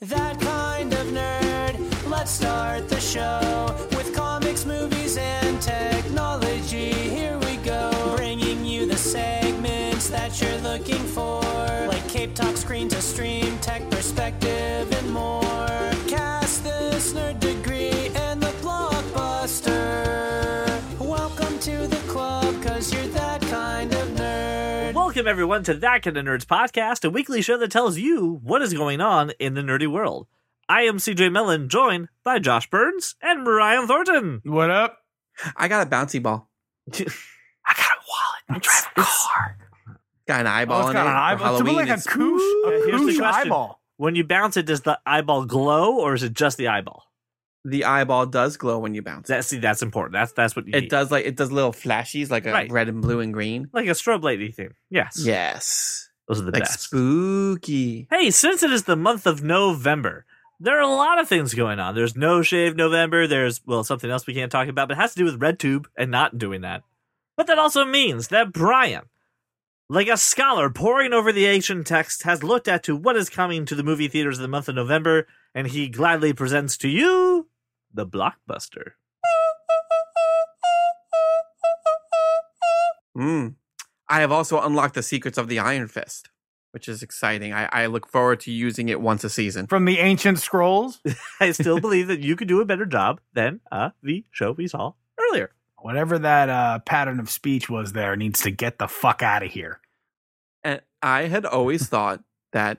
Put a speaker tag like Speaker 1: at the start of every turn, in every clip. Speaker 1: That kind of nerd. Let's start the show with comics, movies, and technology. Here we go, bringing you the segments that you're looking for, like Cape Talk, Screen to Stream, Tech Perspective, and more. Cast this nerd degree and the blockbuster. Welcome to the club, cause you're that kind of nerd.
Speaker 2: Welcome, everyone, to That Kind of Nerds podcast, a weekly show that tells you what is going on in the nerdy world. I am CJ Mellon, joined by Josh Burns and Ryan Thornton.
Speaker 3: What up?
Speaker 4: I got a bouncy ball.
Speaker 2: I got a wallet. I'm driving a car.
Speaker 4: Got an eyeball
Speaker 3: Oh, it's
Speaker 4: in
Speaker 3: got
Speaker 4: it.
Speaker 3: an
Speaker 4: for
Speaker 3: eyeball. It's a bit
Speaker 4: Halloween.
Speaker 3: like a
Speaker 4: It's-
Speaker 3: koosh,
Speaker 2: Yeah,
Speaker 3: a
Speaker 2: here's the
Speaker 3: koosh
Speaker 2: question.
Speaker 3: eyeball.
Speaker 2: When you bounce it, does the eyeball glow or is it just the eyeball?
Speaker 4: the eyeball does glow when you bounce.
Speaker 2: That, see, that's important. That's that's what you
Speaker 4: it
Speaker 2: need.
Speaker 4: does like it does little flashies like a
Speaker 2: Right.
Speaker 4: red and blue and green.
Speaker 2: Like a strobe lighty thing. Yes.
Speaker 4: Yes.
Speaker 2: Those are the
Speaker 4: like
Speaker 2: best.
Speaker 4: spooky.
Speaker 2: Hey, since it is the month of November, there are a lot of things going on. There's No Shave November. There's, well, something else we can't talk about, but it has to do with RedTube and not doing that. But that also means that Brian, like a scholar poring over the ancient text, has looked at to what is coming to the movie theaters in the month of November, and he gladly presents to you the blockbuster.
Speaker 4: Mm. I have also unlocked the secrets of the Iron Fist, which is exciting. I, I look forward to using it once a season.
Speaker 3: From the ancient scrolls.
Speaker 2: I still believe that you could do a better job than uh, the show we saw earlier.
Speaker 3: Whatever that uh, pattern of speech was there needs to get the fuck out of here.
Speaker 4: And I had always thought that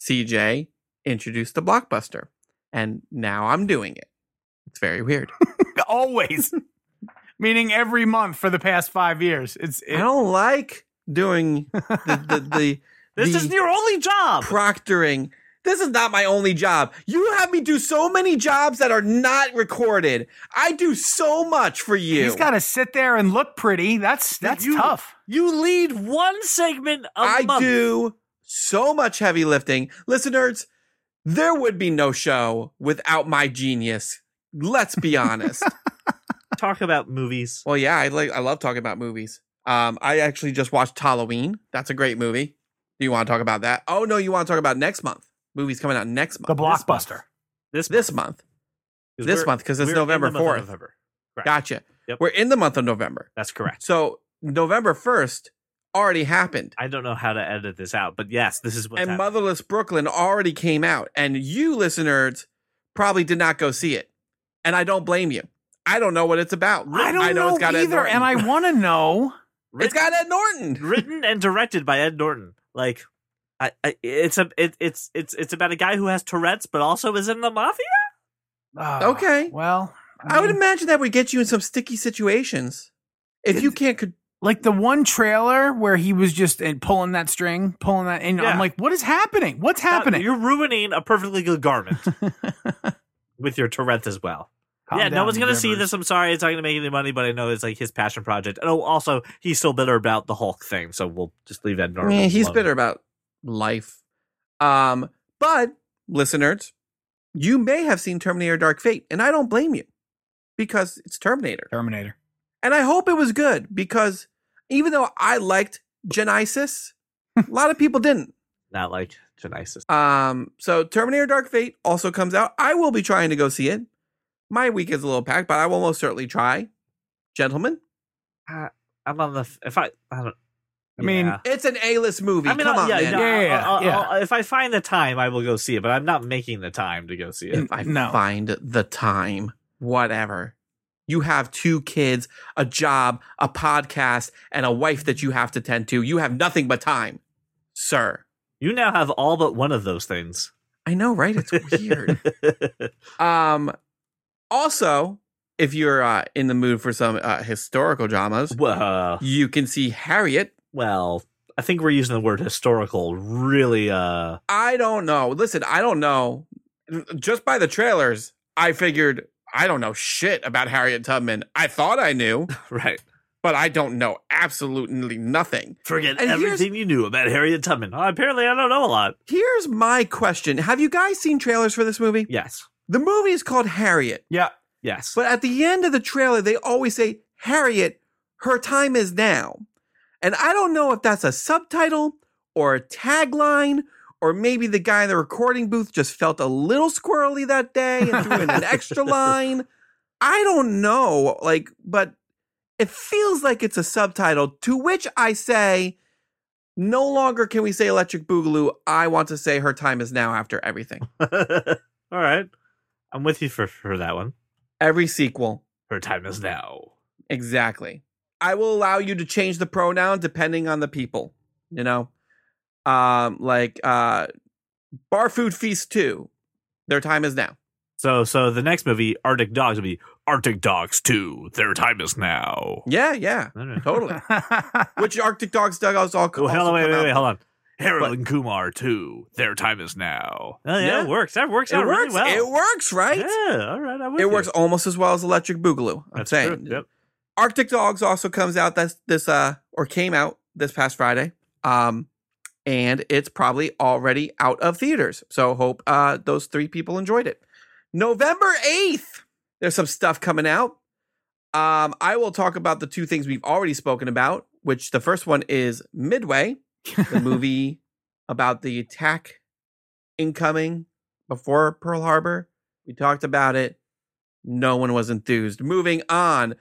Speaker 4: CJ introduced the blockbuster, and now I'm doing it. It's very weird.
Speaker 3: Always. Meaning every month for the past five years. It's
Speaker 4: I
Speaker 3: it,
Speaker 4: don't like doing the the, the
Speaker 2: This
Speaker 4: the-
Speaker 2: is your only job.
Speaker 4: proctoring. This is not my only job. You have me do so many jobs that are not recorded. I do so much for you.
Speaker 3: he's got to sit there and look pretty. That's that's
Speaker 2: You-
Speaker 3: tough.
Speaker 2: You lead one segment of
Speaker 4: I
Speaker 2: month.
Speaker 4: do so much heavy lifting. Listeners, there would be no show without my genius. Let's be honest.
Speaker 2: talk about movies.
Speaker 4: well, yeah, I like I love talking about movies. Um, I actually just watched Halloween. That's a great movie. Do you want to talk about that? Oh no, you want to talk about next month. Movies coming out next
Speaker 3: The
Speaker 4: month.
Speaker 3: blockbuster.
Speaker 2: This
Speaker 4: This month.
Speaker 2: 'Cause
Speaker 4: this
Speaker 2: we're-
Speaker 4: month, 'cause it's
Speaker 2: we're in the
Speaker 4: November
Speaker 2: month of
Speaker 4: 4th.
Speaker 2: November. Correct.
Speaker 4: Gotcha.
Speaker 2: Yep.
Speaker 4: We're in the month of November.
Speaker 2: That's correct.
Speaker 4: So November 1st already happened.
Speaker 2: I don't know how to edit this out, but yes, this is what.
Speaker 4: and Motherless Brooklyn already came out. And you listeners probably did not go see it. And I don't blame you. I don't know what it's about.
Speaker 3: I don't know either, and I want to know.
Speaker 4: it's got Ed Norton.
Speaker 2: written and directed by Ed Norton. Like, I, I it's a it, it's it's it's about a guy who has Tourette's, but also is in the mafia.
Speaker 3: Ah,
Speaker 4: Okay.
Speaker 3: Well,
Speaker 4: I would
Speaker 3: mean-
Speaker 4: imagine that would get you in some sticky situations. If you can't, con-
Speaker 3: like the one trailer where he was just uh, pulling that string, pulling that, and
Speaker 2: Yeah.
Speaker 3: I'm like, what is happening? What's happening?
Speaker 2: You're ruining a perfectly good garment with your Tourette as well.
Speaker 3: Calm
Speaker 2: yeah, no
Speaker 3: down,
Speaker 2: one's gonna see
Speaker 3: Rivers.
Speaker 2: this. I'm sorry, it's not gonna make any money, but I know it's like his passion project. And oh, also, he's still bitter about the Hulk thing, so we'll just leave that.
Speaker 4: Yeah,
Speaker 2: normal.
Speaker 4: eh, he's bitter about life. Um, but listeners, you may have seen Terminator Dark Fate, and I don't blame you because it's Terminator.
Speaker 3: Terminator.
Speaker 4: And I hope it was good because even though I liked Genesis, a lot of people didn't.
Speaker 2: Not like Genesis.
Speaker 4: Um, so Terminator Dark Fate also comes out. I will be trying to go see it. My week is a little packed, but I will most certainly try. Gentlemen,
Speaker 2: I'm on the f- if I I don't.
Speaker 3: I mean,
Speaker 2: Yeah.
Speaker 4: it's an A-list movie.
Speaker 2: I mean,
Speaker 4: Come
Speaker 2: I'll-
Speaker 4: on,
Speaker 2: yeah,
Speaker 4: man.
Speaker 2: no,
Speaker 3: Yeah, yeah,
Speaker 2: I'll- I'll-
Speaker 3: yeah.
Speaker 2: I'll- if I find the time, I will go see it. But I'm not making the time to go see it.
Speaker 4: If I
Speaker 3: No.
Speaker 4: find the time, whatever. You have two kids, a job, a podcast, and a wife that you have to tend to. You have nothing but time, sir.
Speaker 2: You now have all but one of those things.
Speaker 4: I know, right? It's weird. Um, also, if you're uh, in the mood for some uh, historical dramas,
Speaker 2: well, uh,
Speaker 4: you can see Harriet.
Speaker 2: well, I think we're using the word historical really. uh
Speaker 4: I don't know. Listen, I don't know. Just by the trailers, I figured I don't know shit about Harriet Tubman. I thought I knew,
Speaker 2: Right.
Speaker 4: but I don't know absolutely nothing.
Speaker 2: Forget
Speaker 4: And here's-
Speaker 2: everything you knew about Harriet Tubman. Oh, apparently, I don't know a lot.
Speaker 4: Here's my question Have you guys seen trailers for this movie?
Speaker 2: Yes.
Speaker 4: The movie is called Harriet,
Speaker 3: Yeah.
Speaker 2: Yes.
Speaker 4: but at the end of the trailer, they always say, Harriet, her time is now. And I don't know if that's a subtitle or a tagline Or maybe the guy in the recording booth just felt a little squirrely that day and threw in an extra line. I don't know. Like, but it feels like it's a subtitle to which I say, no longer can we say Electric Boogaloo. I want to say her time is now after everything.
Speaker 2: All right. I'm with you for, for that one.
Speaker 4: Every sequel.
Speaker 2: Her time is now.
Speaker 4: Exactly. I will allow you to change the pronoun depending on the people. You know, um, like uh, Bar Food Feast Two. Their time is now.
Speaker 2: So so the next movie, Arctic Dogs, will be Arctic Dogs 2. Their time is now.
Speaker 4: Yeah, yeah,
Speaker 2: All right.
Speaker 4: totally. Which Arctic Dogs Dugouts all
Speaker 2: Oh,
Speaker 4: also
Speaker 2: hell, wait,
Speaker 4: come
Speaker 2: wait,
Speaker 4: out.
Speaker 2: wait, hold on. Harold and Kumar 2. Their time is now. Oh, yeah,
Speaker 4: Yeah.
Speaker 2: it works. That works
Speaker 4: It
Speaker 2: out
Speaker 4: works.
Speaker 2: really
Speaker 4: It
Speaker 2: well.
Speaker 4: works, right?
Speaker 2: Yeah, all right. I'm with
Speaker 4: It
Speaker 2: you.
Speaker 4: works almost as well as Electric Boogaloo. I'm
Speaker 2: That's
Speaker 4: saying.
Speaker 2: true. Yep.
Speaker 4: Arctic Dogs also comes out this this uh or came out this past Friday. Um and it's probably already out of theaters. So hope uh those three people enjoyed it. November 8th. There's some stuff coming out. Um I will talk about the two things we've already spoken about, which the first one is Midway, the movie about the attack incoming before Pearl Harbor. We talked about it. No one was enthused. Moving on,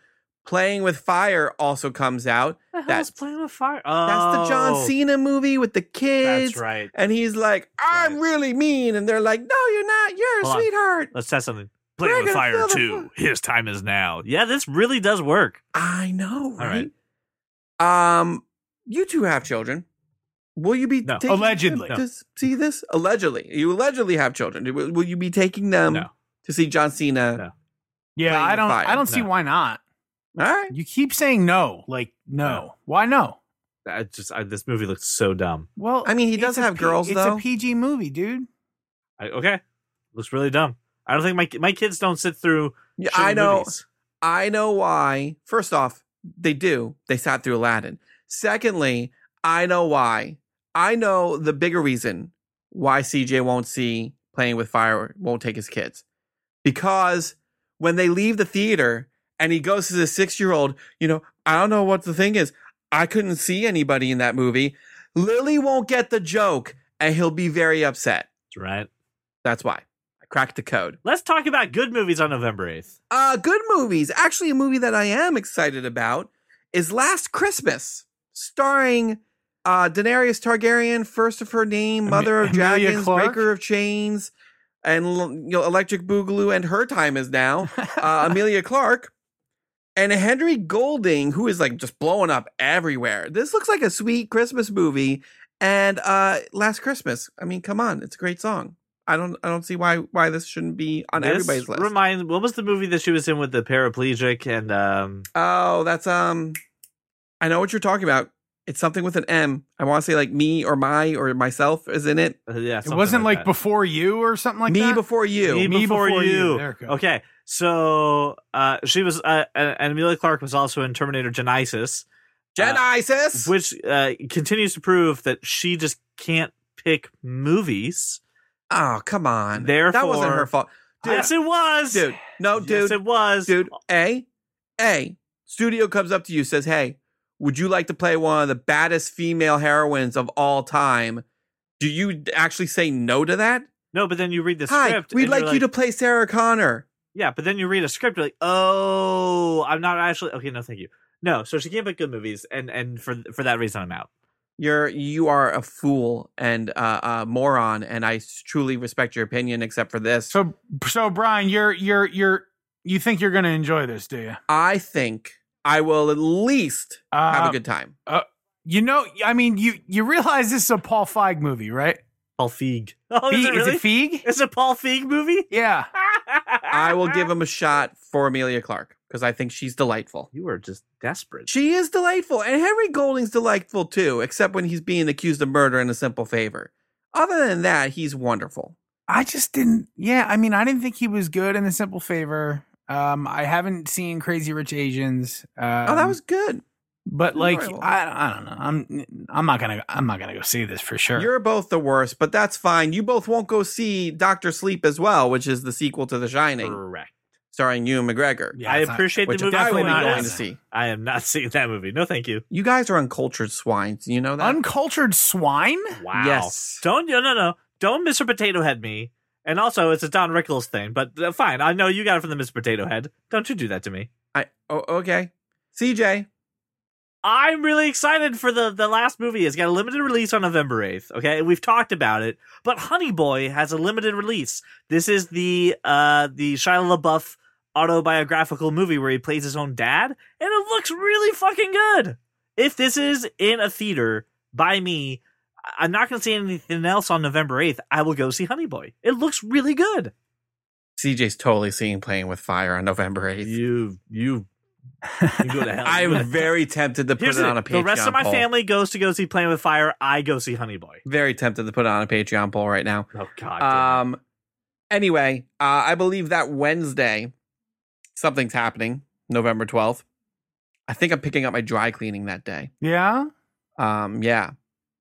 Speaker 4: Playing with Fire also comes out.
Speaker 2: The hell
Speaker 4: That-
Speaker 2: is playing with fire?
Speaker 4: That's the John
Speaker 2: Oh,
Speaker 4: Cena movie with the kids.
Speaker 2: That's right.
Speaker 4: And he's like, I'm
Speaker 2: Right.
Speaker 4: really mean. And they're like, No, you're not. You're
Speaker 2: Hold
Speaker 4: a
Speaker 2: on.
Speaker 4: sweetheart.
Speaker 2: Let's test something.
Speaker 4: We're
Speaker 2: Playing with
Speaker 4: gonna
Speaker 2: fire
Speaker 4: fill the
Speaker 2: 2. His time is now. Yeah, this really does work.
Speaker 4: I know,
Speaker 2: All
Speaker 4: right? Um, you two have children. Will you be
Speaker 2: No.
Speaker 4: taking them
Speaker 3: Allegedly.
Speaker 4: to s- see this? Allegedly, you allegedly have children. Will, will you be taking them
Speaker 2: No.
Speaker 4: to see John Cena?
Speaker 3: yeah,
Speaker 4: Playing
Speaker 3: I
Speaker 4: with
Speaker 3: don't.
Speaker 4: fire.
Speaker 3: I don't see
Speaker 2: No.
Speaker 3: why not.
Speaker 4: All right,
Speaker 3: You keep saying no, like no.
Speaker 2: No.
Speaker 3: Why no?
Speaker 2: I just I, this movie looks so dumb.
Speaker 3: Well,
Speaker 4: I mean, he
Speaker 3: it's
Speaker 4: does
Speaker 3: a
Speaker 4: have girls,
Speaker 3: It's
Speaker 4: though.
Speaker 3: a PG movie, dude.
Speaker 2: I, okay, looks really dumb. I don't think my my kids don't sit through.
Speaker 4: Yeah,
Speaker 2: shitty
Speaker 4: I know.
Speaker 2: movies.
Speaker 4: I know why. First off, they do. They sat through Aladdin. Secondly, I know why. I know the bigger reason why CJ won't see Playing with Fire, won't take his kids. Because when they leave the theater and he goes to the six year old, you know, I don't know what the thing is. I couldn't see anybody in that movie. Lily won't get the joke and he'll be very upset.
Speaker 2: Right.
Speaker 4: That's why. I cracked the code.
Speaker 2: Let's talk about good movies on November eighth.
Speaker 4: Uh, good movies. Actually, a movie that I am excited about is Last Christmas, starring uh, Daenerys Targaryen, first of her name,
Speaker 3: Ami-
Speaker 4: mother of
Speaker 3: Emilia
Speaker 4: dragons,
Speaker 3: Clarke?
Speaker 4: breaker of chains, and l- you know, Electric Boogaloo, and her time is now. Uh, Amelia Clark and Henry Golding, who is like just blowing up everywhere. This looks like a sweet Christmas movie. And uh, Last Christmas, I mean, come on, it's a great song. I don't, I don't see why why this shouldn't be on
Speaker 2: This
Speaker 4: everybody's list.
Speaker 2: Reminds. What was the movie that she was in with the paraplegic and um?
Speaker 4: Oh, that's um I know what you're talking about. It's something with an M. I want to say like me or my or myself is in it.
Speaker 2: uh, Yeah,
Speaker 3: it
Speaker 2: something
Speaker 3: wasn't like,
Speaker 2: like,
Speaker 3: before you or something like
Speaker 4: me
Speaker 3: that.
Speaker 4: before you.
Speaker 2: Me- Before You.
Speaker 3: There it goes.
Speaker 2: that. Okay, so uh, she was uh, and and Amelia Clark was also in Terminator Genisys.
Speaker 4: Genesis.
Speaker 2: which uh, continues to prove that she just can't pick movies.
Speaker 4: oh, come on. that wasn't
Speaker 2: Therefore-
Speaker 4: her fault. Dude,
Speaker 2: yes, it was,
Speaker 4: dude. No,
Speaker 2: Yes,
Speaker 4: dude.
Speaker 2: it was,
Speaker 4: dude. A. A. Studio comes up to you says, "Hey, would you like to play one of the baddest female heroines of all time?" Do you actually say no to that?
Speaker 2: No, but then you read the
Speaker 4: Hi,
Speaker 2: script.
Speaker 4: we'd
Speaker 2: and you're
Speaker 4: like, you to play Sarah Connor.
Speaker 2: Yeah, but then you read a script. You're like, oh, I'm not actually. Okay, no, thank you. No, so she can't pick good movies, and and for for that reason, I'm out.
Speaker 4: you're you are a fool and uh, a moron and i s- truly respect your opinion except for this
Speaker 3: So, so Brian, you're you're you're you think you're gonna enjoy this, do you?
Speaker 4: i think i will at least
Speaker 3: Uh,
Speaker 4: have a good time
Speaker 3: You know, I mean, you you realize this is a Paul Feig movie, right?
Speaker 2: Paul Feig. Oh, is
Speaker 3: Feig-
Speaker 2: it really?
Speaker 3: Is it Feig?
Speaker 2: It's a Paul Feig movie.
Speaker 3: Yeah.
Speaker 4: i will
Speaker 3: Uh-huh.
Speaker 4: give him a shot for amelia clark because i think she's delightful
Speaker 2: You are just desperate.
Speaker 4: she is delightful and henry golding's delightful too except when he's being accused of murder in a simple favor other than that he's wonderful
Speaker 3: I just didn't. Yeah, I mean, I didn't think he was good in The Simple Favor. Um, I haven't seen Crazy Rich Asians. Um,
Speaker 4: oh that was good
Speaker 3: But like,
Speaker 4: enjoyable.
Speaker 3: I I don't know. I'm I'm not gonna I'm not gonna go see this for sure.
Speaker 4: you're both the worst but that's fine you both won't go see doctor sleep as well which is the sequel to the shining
Speaker 2: Correct.
Speaker 4: starring Ewan McGregor,
Speaker 3: Yeah,
Speaker 2: I
Speaker 3: it's not-
Speaker 2: appreciate
Speaker 4: which
Speaker 2: the movie. I
Speaker 4: I
Speaker 2: will
Speaker 4: will be
Speaker 2: not
Speaker 4: going to
Speaker 2: ask.
Speaker 4: see.
Speaker 2: I am not seeing that movie. No, thank you.
Speaker 4: You guys are uncultured swines. You know that?
Speaker 3: Uncultured swine?
Speaker 2: Wow.
Speaker 4: Yes.
Speaker 2: Don't no no no. Don't Mr. Potato Head me. And also, it's a Don Rickles thing. But uh, fine, I know you got it from the Mr. Potato Head. Don't you do that to me.
Speaker 4: I oh okay. CJ,
Speaker 2: I'm really excited for the the last movie. It's got a limited release on November 8th. Okay, we've talked about it, but Honey Boy has a limited release. This is the uh the Shia LaBeouf autobiographical movie where he plays his own dad, and it looks really fucking good. If this is in a theater by me, I- I'm not going to see anything else on November 8th. I will go see Honey Boy. It looks really good.
Speaker 4: CJ's totally seeing Playing with Fire on November eighth.
Speaker 2: You you you go to hell. You go
Speaker 4: I'm
Speaker 2: to-
Speaker 4: very tempted to put
Speaker 2: Here's
Speaker 4: it
Speaker 2: the-
Speaker 4: on a Patreon.
Speaker 2: the rest of my
Speaker 4: poll.
Speaker 2: family goes to go see Playing with Fire. I go see Honey Boy.
Speaker 4: Very tempted to put it on a Patreon poll right now.
Speaker 2: Oh God. damn it.
Speaker 4: Um. Anyway, uh, I believe that Wednesday, something's happening. November twelfth. I think I'm picking up my dry cleaning that day.
Speaker 3: Yeah.
Speaker 4: Um. Yeah.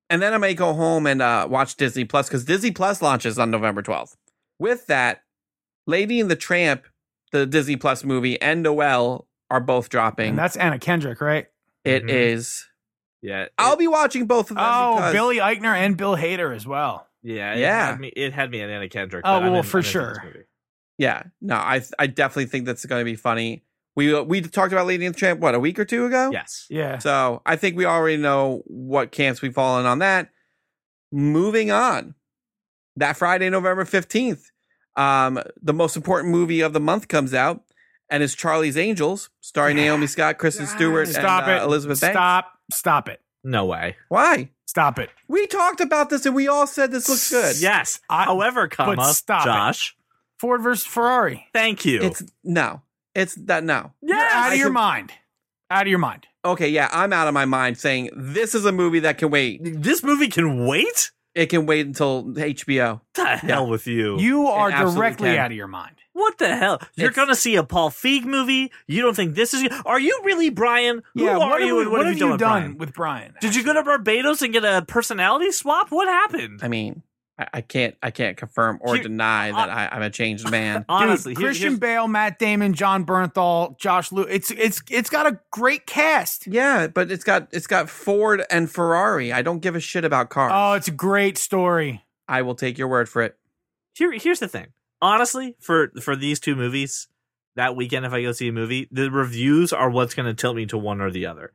Speaker 4: And then I may go home and uh, watch Disney Plus because Disney Plus launches on November twelfth. With that, Lady and the Tramp, the Disney Plus movie, and Noel are both dropping.
Speaker 3: And that's Anna Kendrick, right?
Speaker 4: It
Speaker 2: Mhm.
Speaker 4: is.
Speaker 2: yeah. it-
Speaker 4: I'll be watching both of them.
Speaker 3: Oh,
Speaker 4: because-
Speaker 3: Billy Eichner and Bill Hader as well.
Speaker 2: Yeah. It
Speaker 4: Yeah.
Speaker 2: Had me, it had me at Anna Kendrick.
Speaker 3: Oh,
Speaker 2: but I'm
Speaker 3: well,
Speaker 2: in-
Speaker 3: for
Speaker 2: I'm into
Speaker 3: sure.
Speaker 2: this movie.
Speaker 4: Yeah, no, I I definitely think that's going to be funny. We uh, we talked about Lady and the Tramp what a week or two ago.
Speaker 2: Yes.
Speaker 3: Yeah.
Speaker 4: So I think we already know what camps we fall in on that. Moving on, that Friday, November fifteenth, um, the most important movie of the month comes out, and it's Charlie's Angels, starring Naomi Scott, Kristen Stewart,
Speaker 3: Stop
Speaker 4: and,
Speaker 3: it.
Speaker 4: uh, Elizabeth Banks.
Speaker 3: Stop. Stop it.
Speaker 2: No way.
Speaker 4: Why?
Speaker 3: Stop it.
Speaker 4: We talked about this, and we all said this looks good.
Speaker 2: Yes.
Speaker 3: I-
Speaker 4: Oh,
Speaker 2: However, comma
Speaker 3: stop it.
Speaker 2: Josh.
Speaker 3: Ford versus Ferrari.
Speaker 2: Thank you.
Speaker 4: it's no, it's that no.
Speaker 3: You're out
Speaker 4: I
Speaker 3: of your
Speaker 4: can-
Speaker 3: mind. Out of your mind.
Speaker 4: Okay, yeah, I'm out of my mind saying this is a movie that can wait.
Speaker 2: this movie can wait.
Speaker 4: It can wait until HBO.
Speaker 2: The hell with you.
Speaker 3: You are
Speaker 4: absolutely
Speaker 3: directly
Speaker 4: can.
Speaker 3: out of your mind.
Speaker 2: What the hell? You're
Speaker 4: It's-
Speaker 2: gonna see a Paul Feig movie. You don't think this is? Are you really Brian? Who are
Speaker 3: what have,
Speaker 2: you?
Speaker 3: we-
Speaker 2: and
Speaker 3: what have you
Speaker 2: with
Speaker 3: done
Speaker 2: Brian?
Speaker 3: with Brian?
Speaker 2: Did you go to Barbados and get a personality swap? What happened?
Speaker 4: I mean, I, I can't, I can't confirm or
Speaker 2: Here-
Speaker 4: deny that I, I'm a changed man.
Speaker 3: Dude,
Speaker 2: Honestly, here-
Speaker 3: Christian
Speaker 2: here's-
Speaker 3: Bale, Matt Damon, John Bernthal, Josh Lew. It's it's it's got a great cast.
Speaker 4: yeah, but it's got it's got Ford and Ferrari. I don't give a shit about cars.
Speaker 3: Oh, it's a great story.
Speaker 4: I will take your word for it.
Speaker 2: here here's the thing honestly for for these two movies that weekend if i go see a movie the reviews are what's going to tilt me to one or the other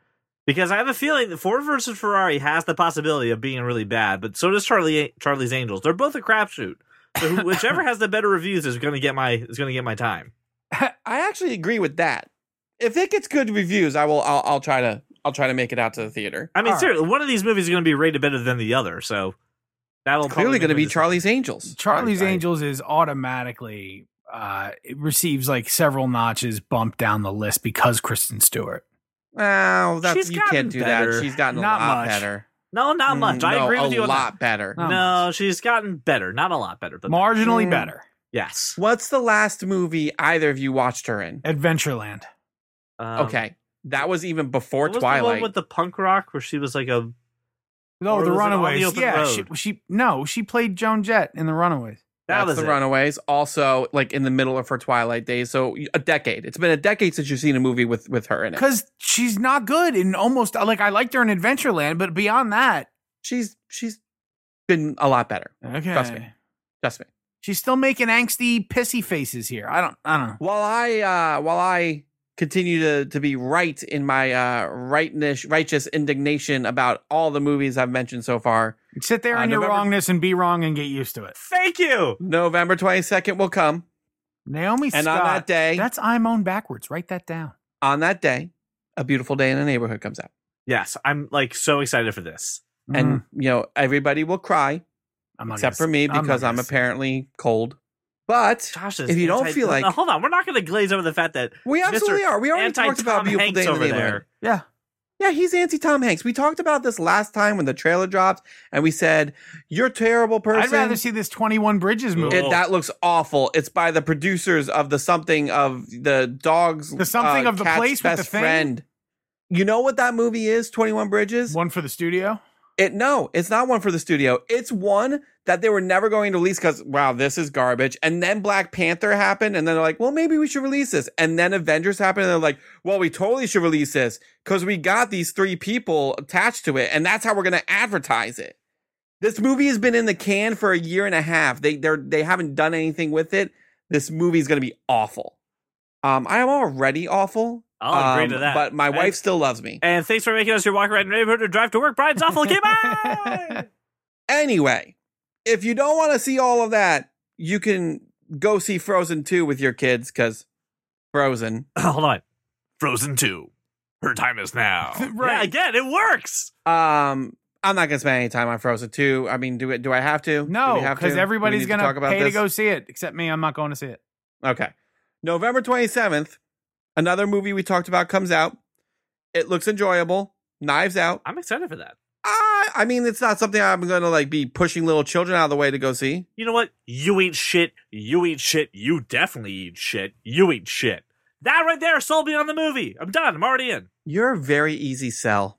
Speaker 2: because i have a feeling that ford versus ferrari has the possibility of being really bad but so does charlie charlie's angels they're both a crapshoot so who- whichever has the better reviews is going to get my is going to get my time
Speaker 4: I actually agree with that. If it gets good reviews, I will. I'll, I'll try to. I'll try to make it out to the theater.
Speaker 2: i mean
Speaker 3: All right.
Speaker 2: seriously one of these movies is going to be rated better than the other so that'll
Speaker 4: Clearly,
Speaker 2: going to
Speaker 4: be Charlie's Angels.
Speaker 3: Charlie's
Speaker 2: I- I-
Speaker 3: Angels is automatically uh, it receives like several notches bumped down the list because Kristen Stewart.
Speaker 4: Wow, that's
Speaker 2: She's
Speaker 4: you can't
Speaker 2: gotten
Speaker 4: do
Speaker 2: better.
Speaker 4: that. She's gotten a
Speaker 3: Not
Speaker 4: lot
Speaker 3: much.
Speaker 4: better. Mm,
Speaker 2: no not much i
Speaker 4: No,
Speaker 2: agree with
Speaker 4: a
Speaker 2: you on that.
Speaker 4: lot better.
Speaker 3: Hmm. Not
Speaker 2: no she's gotten better not a lot better but
Speaker 3: Marginally
Speaker 4: Mm.
Speaker 3: better.
Speaker 2: yes
Speaker 4: What's the last movie either of you watched her in?
Speaker 3: Adventureland.
Speaker 2: Um,
Speaker 4: okay, that was even before
Speaker 2: What was the
Speaker 4: Twilight.
Speaker 2: one with the punk rock where she was like a
Speaker 3: No,
Speaker 2: Or
Speaker 3: the
Speaker 2: was it on the
Speaker 3: Runaways.
Speaker 2: open
Speaker 3: yeah, she,
Speaker 2: road?
Speaker 3: she no, she played Joan Jett in the Runaways.
Speaker 2: that
Speaker 4: That's
Speaker 2: was
Speaker 4: the
Speaker 2: it.
Speaker 4: Runaways. Also, like in the middle of her Twilight days, so a decade. It's been a decade since you've seen a movie with with her in it.
Speaker 3: Because she's not good in almost like I liked her in Adventureland, but beyond that,
Speaker 4: She's she's been a lot better.
Speaker 3: okay,
Speaker 4: Trust me. Trust me.
Speaker 3: she's still making angsty, pissy faces here. I don't, I don't know.
Speaker 4: While I uh while I continue to to be right in my uh rightness righteous indignation about all the movies I've mentioned so far,
Speaker 3: Sit there
Speaker 4: Uh,
Speaker 3: in your
Speaker 4: November-
Speaker 3: wrongness and be wrong and get used to it.
Speaker 2: Thank you.
Speaker 4: November twenty second will come,
Speaker 3: Naomi
Speaker 4: and
Speaker 3: Scott.
Speaker 4: on that day,
Speaker 3: that's I'm on backwards. Write that down.
Speaker 4: on that day, a beautiful day in the neighborhood comes out.
Speaker 2: Yes, I'm like so excited for this.
Speaker 4: and you know everybody will cry
Speaker 3: Mm-hmm. I'm not
Speaker 4: except
Speaker 3: gonna
Speaker 4: for me
Speaker 3: s- not
Speaker 4: because
Speaker 3: gonna
Speaker 4: I'm,
Speaker 3: s-
Speaker 4: apparently cold. But
Speaker 2: Josh is
Speaker 4: If you don't
Speaker 2: anti-
Speaker 4: feel like-
Speaker 2: No, hold on, we're not going to glaze over the fact that
Speaker 4: we absolutely are. We already
Speaker 2: anti
Speaker 4: talked about
Speaker 2: Tom
Speaker 4: beautiful
Speaker 2: Hanks
Speaker 4: day in the
Speaker 2: over
Speaker 4: neighborhood.
Speaker 2: there.
Speaker 3: yeah.
Speaker 4: Yeah, he's anti Tom Hanks. We talked about this last time when the trailer dropped, and we said you're a terrible person.
Speaker 3: I'd rather see this 21 Bridges movie.
Speaker 4: it, that looks awful. It's by the producers of the something of the dogs,
Speaker 3: The something
Speaker 4: uh,
Speaker 3: of the
Speaker 4: cat's
Speaker 3: place with
Speaker 4: best
Speaker 3: the thing?
Speaker 4: friend. You know what that movie is? Twenty One Bridges.
Speaker 3: One for the studio.
Speaker 4: It no, it's not one for the studio. It's one that they were never going to release because wow, this is garbage. And then Black Panther happened, and then they're like, well, maybe we should release this. And then Avengers happened, and they're like, well, we totally should release this because we got these three people attached to it, and that's how we're going to advertise it. This movie has been in the can for a year and a half. They they're they haven't done anything with it. This movie is going to be awful. Um, I am already awful.
Speaker 2: I'll agree
Speaker 4: um,
Speaker 2: to that.
Speaker 4: But my
Speaker 2: And-
Speaker 4: wife still loves me.
Speaker 2: And thanks for making us your walk around neighborhood or drive to work. Brian's awful. Game on!
Speaker 4: Anyway, if you don't want to see all of that, you can go see Frozen 2 with your kids because Frozen.
Speaker 2: Hold on. Frozen 2. Her time is now.
Speaker 3: Right.
Speaker 2: Yeah, again, it works.
Speaker 4: Um, I'm not going to spend any time on Frozen 2. I mean, do it? Do I have to? Do we
Speaker 3: No,
Speaker 4: have to?
Speaker 3: because
Speaker 4: Do we
Speaker 3: everybody's
Speaker 4: need
Speaker 3: gonna
Speaker 4: talk about
Speaker 3: pay
Speaker 4: this?
Speaker 3: to go see it, except me. I'm not going to see it.
Speaker 4: Okay. November 27th, another movie we talked about comes out. It looks enjoyable. Knives Out.
Speaker 2: I'm excited for that.
Speaker 4: I, I mean, it's not something I'm going to like be pushing little children out of the way to go see.
Speaker 2: You know what? You eat shit. You eat shit. You definitely eat shit. You eat shit. That right there sold me on the movie. I'm done. I'm already in.
Speaker 4: You're a very easy sell.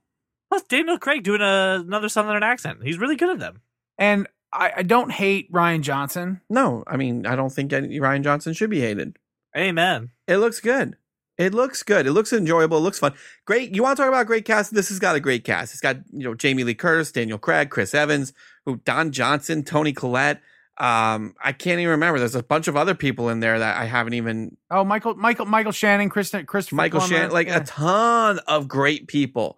Speaker 2: Plus, Daniel Craig doing a, another Southern accent. He's really good at them.
Speaker 3: And I, I don't hate Ryan Johnson.
Speaker 4: No, I mean, I don't think any, Ryan Johnson should be hated.
Speaker 2: Amen.
Speaker 4: It looks good. It looks good. It looks enjoyable. It looks fun. Great. You want to talk about a great cast? This has got a great cast. It's got you know Jamie Lee Curtis, Daniel Craig, Chris Evans, who Don Johnson, Tony Collette. Um, I can't even remember. There's a bunch of other people in there that I haven't even
Speaker 3: Oh, Michael, Michael, Michael Shannon, Kristen, Christopher
Speaker 4: Michael
Speaker 3: Plummer.
Speaker 4: Shannon, like
Speaker 3: Yeah.
Speaker 4: a ton of great people.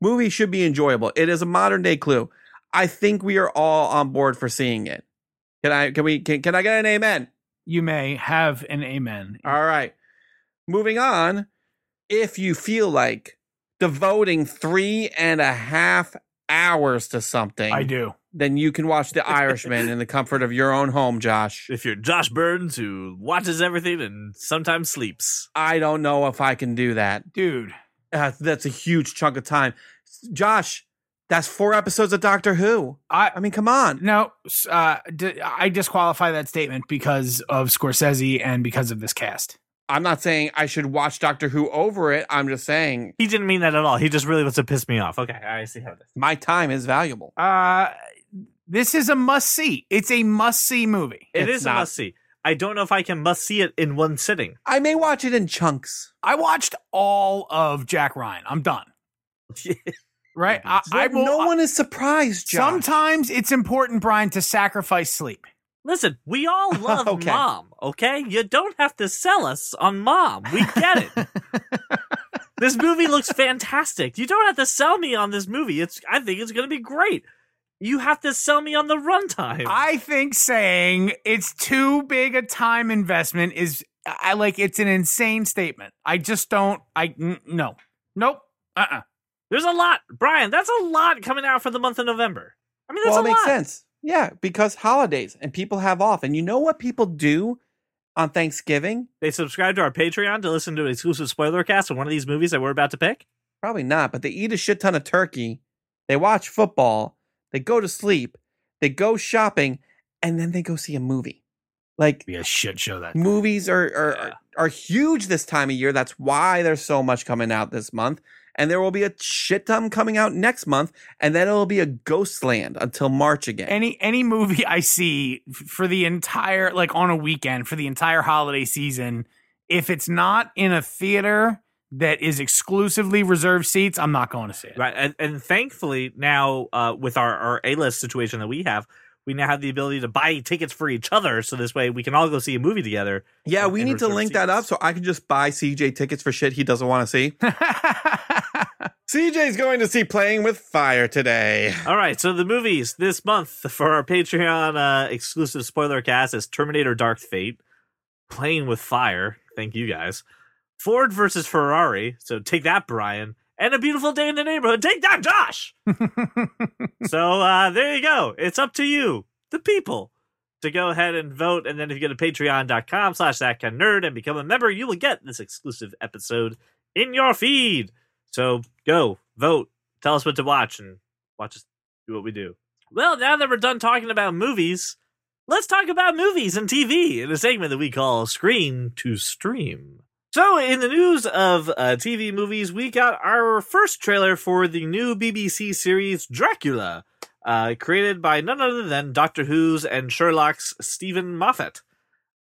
Speaker 4: Movie should be enjoyable. It is a modern day clue. I think we are all on board for seeing it. Can I can we can, can I get an amen?
Speaker 3: you may have an amen.
Speaker 4: All right. Moving on. If you feel like devoting three and a half hours to something,
Speaker 3: I do.
Speaker 4: then you can watch The Irishman in the comfort of your own home, Josh.
Speaker 2: If you're Josh Burns, who watches everything and sometimes sleeps,
Speaker 4: I don't know if I can do that.
Speaker 3: Dude,
Speaker 4: Uh, that's a huge chunk of time. Josh, that's four episodes of Doctor Who.
Speaker 3: I
Speaker 4: I mean, come on.
Speaker 3: no, s- uh, d- I disqualify that statement because of Scorsese and because of this cast.
Speaker 4: I'm not saying I should watch Doctor Who over it. I'm just saying
Speaker 2: he didn't mean that at all. He just really wants to piss me off. Okay, I see how it is.
Speaker 4: my time is valuable.
Speaker 3: Uh, this is a must see. It's a must see movie.
Speaker 2: It
Speaker 4: It's
Speaker 2: is
Speaker 4: not-
Speaker 2: a must see. I don't know if I can must see it in one sitting.
Speaker 4: I may watch it in chunks.
Speaker 3: I watched all of Jack Ryan. I'm done. Right? I, I will. uh,
Speaker 4: no one is surprised, Josh.
Speaker 3: sometimes it's important, Brian, to sacrifice sleep.
Speaker 2: Listen, we all love
Speaker 4: Okay.
Speaker 2: mom, okay? You don't have to sell us on mom. We get it. this movie looks fantastic. You don't have to sell me on this movie. It's I think it's going to be great. You have to sell me on the runtime.
Speaker 3: I think saying it's too big a time investment is, I like, it's an insane statement. I just don't. I n- no, nope. Uh uh
Speaker 2: There's a lot, Brian. That's a lot coming out for the month of November. I mean, that's
Speaker 4: well,
Speaker 2: a
Speaker 4: it makes
Speaker 2: lot.
Speaker 4: sense. Yeah, because holidays and people have off. And you know what people do on Thanksgiving?
Speaker 2: They subscribe to our Patreon to listen to an exclusive spoiler cast of one of these movies that we're about to pick.
Speaker 4: Probably not, but they eat a shit ton of turkey. They watch football. They go to sleep. They go shopping, and then they go see a movie. Like
Speaker 3: Be a shit show that.
Speaker 4: movies are are, are are huge this time of year. That's why there's so much coming out this month. And there will be a shit ton coming out next month, and then it'll be a ghost land until March again.
Speaker 3: Any any movie I see f- for the entire like on a weekend for the entire holiday season, if it's not in a theater that is exclusively reserved seats, I'm not going to see it.
Speaker 2: Right. And, and thankfully, now uh, with our, our A list situation that we have, we now have the ability to buy tickets for each other. So this way we can all go see a movie together.
Speaker 4: yeah,
Speaker 2: and-
Speaker 4: we
Speaker 2: and
Speaker 4: need to
Speaker 2: reserve
Speaker 4: link that up
Speaker 2: seats.
Speaker 4: so I can just buy CJ tickets for shit he doesn't want to see. CJ's going to see Playing with Fire today.
Speaker 2: All right. So the movies this month for our Patreon uh, exclusive spoiler cast is Terminator Dark Fate, Playing with Fire. Thank you guys. Ford versus Ferrari. So take that, Brian. And a beautiful day in the neighborhood. Take that, Josh. so uh, there you go. It's up to you, the people, to go ahead and vote. And then if you go to patreon.com slash that kind nerd and become a member, you will get this exclusive episode in your feed. So go vote. Tell us what to watch and watch us do what we do. Well, now that we're done talking about movies, let's talk about movies and TV in a segment that we call Screen to Stream. So, in the news of uh, TV movies, we got our first trailer for the new BBC series Dracula. uh, created by none other than Doctor Who's and Sherlock's Stephen Moffat.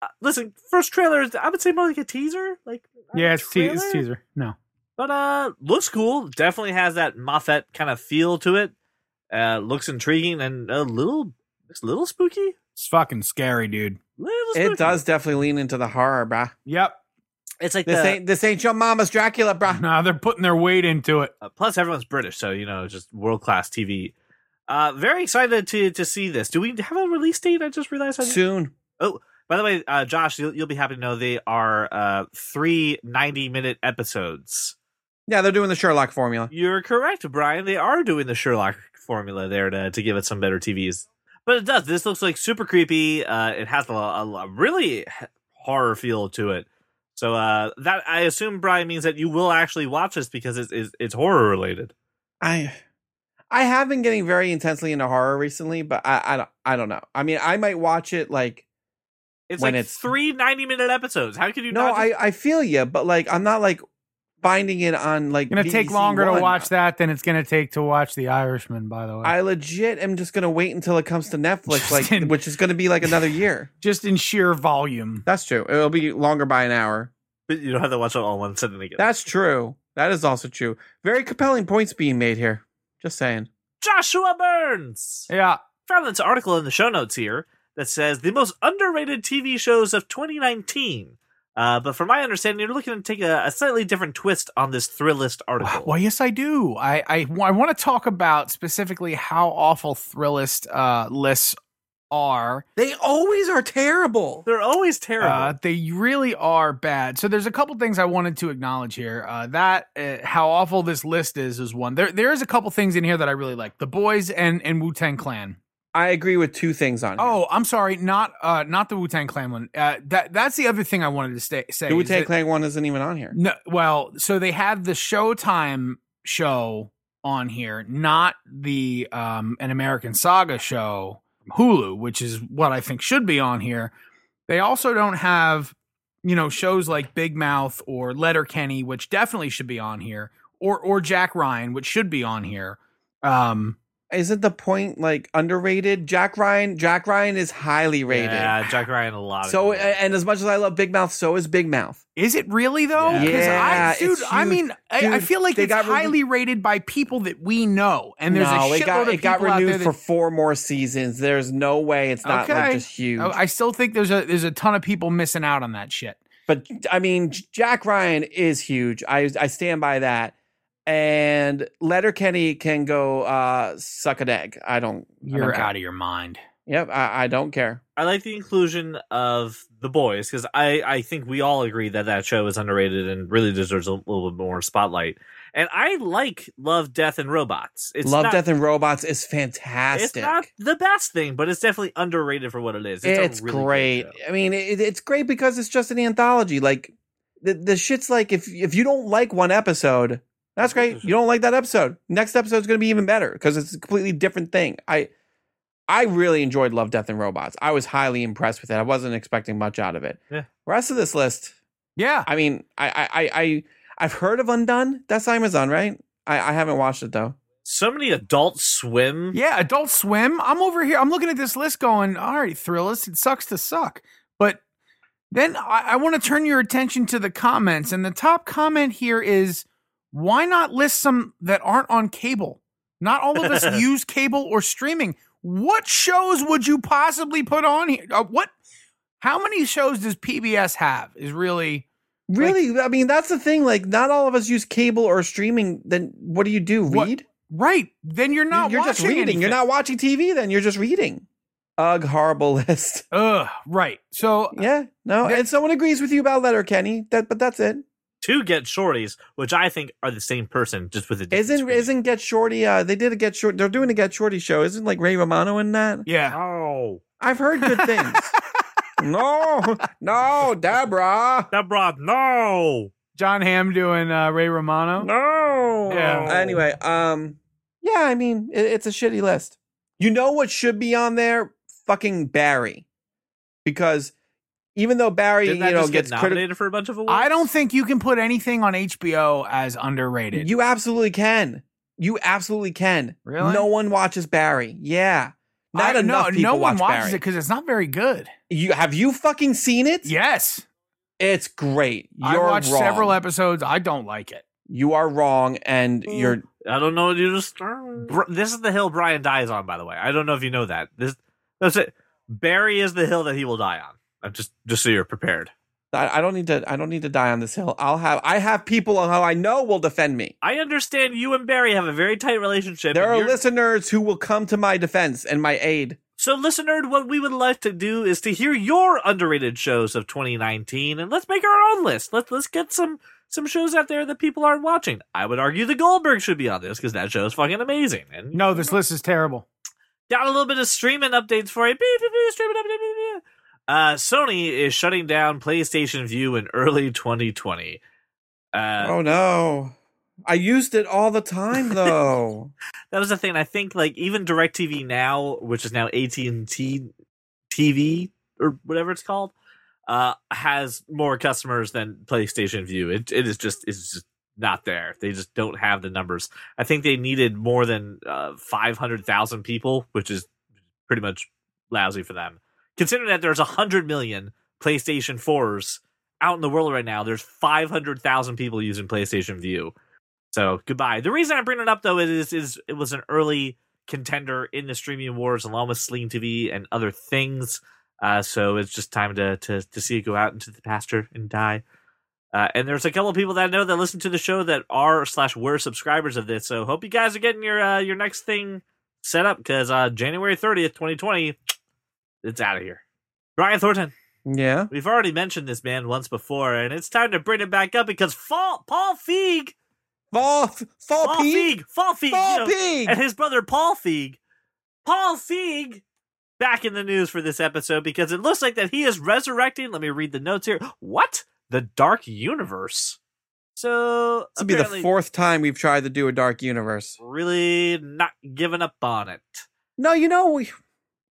Speaker 2: Uh, listen, first trailer, is- I would say more like a teaser. Like, not
Speaker 3: Yeah,
Speaker 2: a
Speaker 3: it's, te- it's
Speaker 2: trailer,
Speaker 3: teaser. No.
Speaker 2: But uh, looks cool. Definitely has that Moffat kind of feel to it. Uh, looks intriguing and a little, it's a little spooky.
Speaker 3: It's fucking scary, dude.
Speaker 2: Little spooky.
Speaker 4: It does definitely lean into the horror, bruh.
Speaker 3: Yep.
Speaker 2: It's like
Speaker 4: This
Speaker 2: the,
Speaker 4: ain't this ain't your mama's Dracula, bruh.
Speaker 3: Nah, they're putting their weight into it.
Speaker 2: Uh, plus, everyone's British, so you know, just world class TV. Uh, very excited to to see this. Do we have a release date? I just realized. I didn't-
Speaker 4: Soon.
Speaker 2: By the way, uh, Josh, you'll, you'll be happy to know they are uh, three 90 minute episodes.
Speaker 4: Yeah, they're doing the Sherlock formula.
Speaker 2: You're correct, Brian. They are doing the Sherlock formula there to, to give it some better TVs. But it does. This looks like super creepy. Uh, it has a, a, a really h- horror feel to it. So uh, that I assume Brian means that you will actually watch this because it's it's, it's horror related.
Speaker 4: I I have been getting very intensely into horror recently, but I I don't I don't know. I mean, I might watch it like
Speaker 2: It's
Speaker 4: When
Speaker 2: like
Speaker 4: it's-
Speaker 2: three 90 minute episodes. How could you
Speaker 4: no,
Speaker 2: not? just-
Speaker 4: I I feel you, but like I'm not like finding it on like.
Speaker 3: Gonna take
Speaker 4: BBC
Speaker 3: longer to
Speaker 4: One.
Speaker 3: watch that than it's gonna take to watch The Irishman. By the way,
Speaker 4: I legit am just gonna wait until it comes to Netflix, like
Speaker 3: Justin.
Speaker 4: which is gonna be like another year.
Speaker 3: just in sheer volume.
Speaker 4: That's true. It'll be longer by an hour.
Speaker 2: but you don't have to watch it all in one sitting again.
Speaker 4: That's true. That is also true. Very compelling points being made here. Just saying.
Speaker 2: Joshua Burns!
Speaker 3: Yeah.
Speaker 2: found this article in the show notes here that says the most underrated TV shows of 2019. Uh, but from my understanding, you're looking to take a, a slightly different twist on this Thrillist article.
Speaker 3: Well, yes, I do. I I, want to talk about specifically how awful Thrillist uh, lists are
Speaker 4: They always are terrible.
Speaker 2: They're always terrible.
Speaker 3: Uh, they really are bad. So there's a couple things I wanted to acknowledge here. Uh, that uh, how awful this list is is one. There there is a couple things in here that I really like. The Boys and and Wu Tang Clan.
Speaker 4: I agree with two things on here.
Speaker 3: Oh, I'm sorry, not uh not the Wu Tang Clan one. Uh, that that's the other thing I wanted to stay, say.
Speaker 4: The Wu
Speaker 3: is
Speaker 4: Tang
Speaker 3: that-
Speaker 4: Clan one isn't even on here.
Speaker 3: No, well, so they had the Showtime show on here, not the um an American Saga show Hulu, which is what I think should be on here. They also don't have, you know, shows like Big Mouth or Letterkenny, which definitely should be on here, or or Jack Ryan, which should be on here. Um
Speaker 4: Isn't the point like underrated? Jack Ryan. Jack Ryan is highly rated.
Speaker 2: Yeah, Jack Ryan a lot. of
Speaker 4: So uh,
Speaker 2: people.
Speaker 4: and as much as I love Big Mouth, so is Big Mouth.
Speaker 3: is it really though? 'Cause
Speaker 4: Yeah,
Speaker 3: I, dude,
Speaker 4: it's
Speaker 3: I
Speaker 4: huge.
Speaker 3: mean, I, I
Speaker 4: Dude,
Speaker 3: feel like
Speaker 4: they
Speaker 3: it's
Speaker 4: got re-
Speaker 3: highly rated by people that we know, and there's
Speaker 4: no,
Speaker 3: a shitload
Speaker 4: it
Speaker 3: of
Speaker 4: got it got
Speaker 3: people out there
Speaker 4: renewed
Speaker 3: that
Speaker 4: for four more seasons. There's no way it's not like
Speaker 3: Okay.
Speaker 4: just huge.
Speaker 3: Oh, I I still think there's a there's a ton of people missing out on that shit.
Speaker 4: but I mean, J- Jack Ryan is huge. I I stand by that. And Letterkenny can go uh, suck an egg. I don't. I
Speaker 3: You're
Speaker 4: don't care.
Speaker 3: out of your mind.
Speaker 4: Yep, I, I don't care.
Speaker 2: I like the inclusion of the boys because I, I think we all agree that that show is underrated and really deserves a little bit more spotlight. And I like Love, Death, and Robots. It's
Speaker 4: Love,
Speaker 2: not,
Speaker 4: Death, and Robots is
Speaker 2: It's
Speaker 4: fantastic.
Speaker 2: not the best thing, but it's definitely underrated for what it is. It's, a
Speaker 4: it's
Speaker 2: really good
Speaker 4: great.
Speaker 2: show.
Speaker 4: I mean, it, it's great because it's just an anthology. Like the the shit's like if if you don't like one episode, that's great. You don't like that episode. Next episode's going to be even better because it's a completely different thing. I I really enjoyed Love, Death, and Robots. I was highly impressed with it. I wasn't expecting much out of it.
Speaker 2: Yeah.
Speaker 4: Rest of this list,
Speaker 3: Yeah,
Speaker 4: I mean, I I I, I I've heard of Undone. That's Amazon, right? I, I haven't watched it though.
Speaker 2: So many adult swim
Speaker 3: yeah. Adult Swim. I'm over here. I'm looking at this list, going, all right, Thrillist. It sucks to suck, but then I, I want to turn your attention to the comments, and the top comment here is, why not list some that aren't on cable? Not all of us use cable or streaming. What shows would you possibly put on here? Uh, what? How many shows does PBS have? Is really
Speaker 4: Really, I mean, that's the thing. Like, not all of us use cable or streaming. Then what do you do?
Speaker 3: What-
Speaker 4: Read?
Speaker 3: Right. Then you're not
Speaker 4: you're
Speaker 3: watching
Speaker 4: just reading.
Speaker 3: anything.
Speaker 4: You're not watching TV. Then you're just reading. Ugh, horrible list.
Speaker 3: Ugh, right. So
Speaker 4: Yeah, no,
Speaker 3: Yeah.
Speaker 4: and someone agrees with you about Letterkenny. That, but that's it.
Speaker 2: two get shorties, which I think are the same person, just with a different
Speaker 4: Isn't
Speaker 2: screen.
Speaker 4: isn't Get Shorty? Uh, they did a Get Short. They're doing a Get Shorty show. Isn't like Ray Romano in that?
Speaker 3: yeah.
Speaker 2: oh
Speaker 4: I've heard good things. no, no, Deborah.
Speaker 2: Deborah? No,
Speaker 3: John Hamm doing uh, Ray Romano.
Speaker 2: no.
Speaker 3: Yeah.
Speaker 4: Anyway, um, yeah, I mean, it, it's a shitty list. You know what should be on there? Fucking Barry, because even though Barry,
Speaker 2: didn't that
Speaker 4: you know,
Speaker 2: just get
Speaker 4: gets critical.
Speaker 2: nominated for a bunch of awards?
Speaker 3: I don't think you can put anything on HBO as underrated.
Speaker 4: You absolutely can. You absolutely can.
Speaker 3: Really?
Speaker 4: No one watches Barry. Yeah. Not
Speaker 3: I-
Speaker 4: enough
Speaker 3: no,
Speaker 4: people
Speaker 3: no one
Speaker 4: watch
Speaker 3: watches
Speaker 4: Barry.
Speaker 3: it because it's not very good.
Speaker 4: You have you fucking seen it?
Speaker 3: Yes,
Speaker 4: It's great.
Speaker 3: I
Speaker 4: You're
Speaker 3: watched
Speaker 4: wrong.
Speaker 3: several episodes. I don't like it.
Speaker 4: you are wrong, and
Speaker 3: Mm.
Speaker 4: you're
Speaker 2: I don't know. You just Br- this is the hill Brian dies on. By the way, I don't know if you know that. This that's it. Barry is the hill that he will die on. I'm just just so you're prepared.
Speaker 4: I, I don't need to. I don't need to die on this hill. I'll have. I have people who I know will defend me.
Speaker 2: I understand you and Barry have a very tight relationship.
Speaker 4: There
Speaker 2: and
Speaker 4: are
Speaker 2: you're-
Speaker 4: listeners who will come to my defense and my aid.
Speaker 2: So, listener, what we would like to do is to hear your underrated shows of 2019, and let's make our own list. Let's let's get some some shows out there that people aren't watching. I would argue the Goldberg should be on this because that show is fucking amazing. And
Speaker 3: No, this list is terrible.
Speaker 2: got a little bit of streaming updates for you. Beep, beep, beep, streaming update, beep, beep. Uh, Sony is shutting down PlayStation View in early 2020. Uh,
Speaker 4: oh no! I used it all the time though.
Speaker 2: that was the thing. I think like even DirecTV Now, which is now AT and T TV or whatever it's called, uh, has more customers than PlayStation View. It it is just it's just not there. They just don't have the numbers. I think they needed more than uh, five hundred thousand people, which is pretty much lousy for them. Considering that there's hundred million PlayStation fours out in the world right now, there's five hundred thousand people using PlayStation View. So goodbye. The reason I bring it up though is is it was an early contender in the streaming wars, along with Sling TV and other things. Uh, so it's just time to, to to see it go out into the pasture and die. Uh, and there's a couple of people that I know that listen to the show that are slash were subscribers of this. So hope you guys are getting your uh, your next thing set up because uh, January 30th, 2020, it's out of here. Brian Thornton.
Speaker 4: yeah.
Speaker 2: We've already mentioned this man once before, and it's time to bring it back up because Paul Paul Feig
Speaker 4: Fall, f- fall,
Speaker 2: Paul
Speaker 4: peak.
Speaker 2: Feig. Paul Feig. you
Speaker 4: Fall
Speaker 2: know,
Speaker 4: peak.
Speaker 2: and his brother Paul Feig. Paul Feig back in the news for this episode because it looks like that he is resurrecting. Let me read the notes here. What? The Dark Universe. So
Speaker 4: This will be the
Speaker 2: apparently
Speaker 4: fourth time we've tried to do a dark universe.
Speaker 2: really not giving up on it.
Speaker 4: No, you know. We,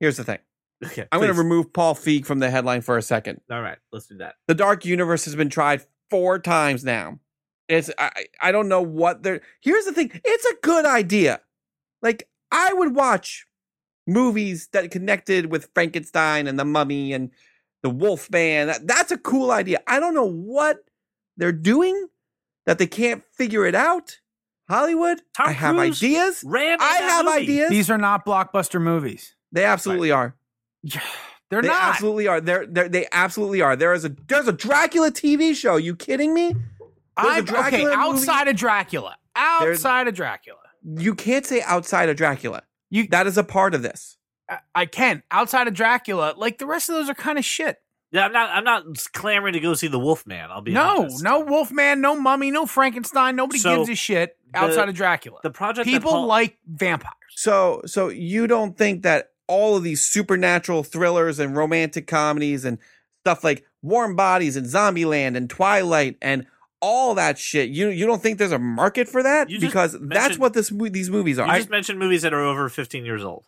Speaker 4: here's the thing.
Speaker 2: Okay.
Speaker 4: I'm going
Speaker 2: please.
Speaker 4: to remove Paul Feig from the headline for a second.
Speaker 2: All right, let's do that.
Speaker 4: The Dark Universe has been tried four times now. It's I I I don't know what they're. Here's the thing. It's a good idea. Like I would watch movies that connected with Frankenstein and the Mummy and the Wolfman. That, that's a cool idea. I don't know what they're doing that they can't figure it out. Hollywood.
Speaker 2: Tom
Speaker 4: I have
Speaker 2: Cruise
Speaker 4: ideas.
Speaker 2: Ran in
Speaker 4: I
Speaker 2: that
Speaker 4: have
Speaker 2: movie.
Speaker 4: ideas.
Speaker 3: These are not blockbuster movies.
Speaker 4: they absolutely are.
Speaker 3: They're
Speaker 4: they
Speaker 3: not.
Speaker 4: absolutely are. They're, they're they absolutely are. There is a there's a Dracula TV show. You kidding me? There's a
Speaker 3: I'm okay.
Speaker 4: Dracula movie.
Speaker 3: Outside of Dracula. Outside of Dracula.
Speaker 4: You can't say outside of Dracula.
Speaker 3: You-
Speaker 4: that is a part of this.
Speaker 3: I, I can. Outside of Dracula. Like the rest of those are kind of shit.
Speaker 2: Yeah, I'm not. I'm not clamoring to go see the Wolfman. I'll be
Speaker 3: no,
Speaker 2: honest.
Speaker 3: no Wolfman, no Mummy, no Frankenstein. Nobody
Speaker 2: So,
Speaker 3: gives a shit
Speaker 2: the-
Speaker 3: outside of Dracula.
Speaker 2: The project that
Speaker 3: People
Speaker 2: Paul-
Speaker 3: like vampires.
Speaker 4: So so you don't think that all of these supernatural thrillers and romantic comedies and stuff like Warm Bodies and Zombieland and Twilight and all that shit. You you don't think there's a market for that
Speaker 2: You just
Speaker 4: because that's
Speaker 2: mentioned-
Speaker 4: what this mo- these movies
Speaker 2: You
Speaker 4: are.
Speaker 2: just mentioned movies that are over 15 years old.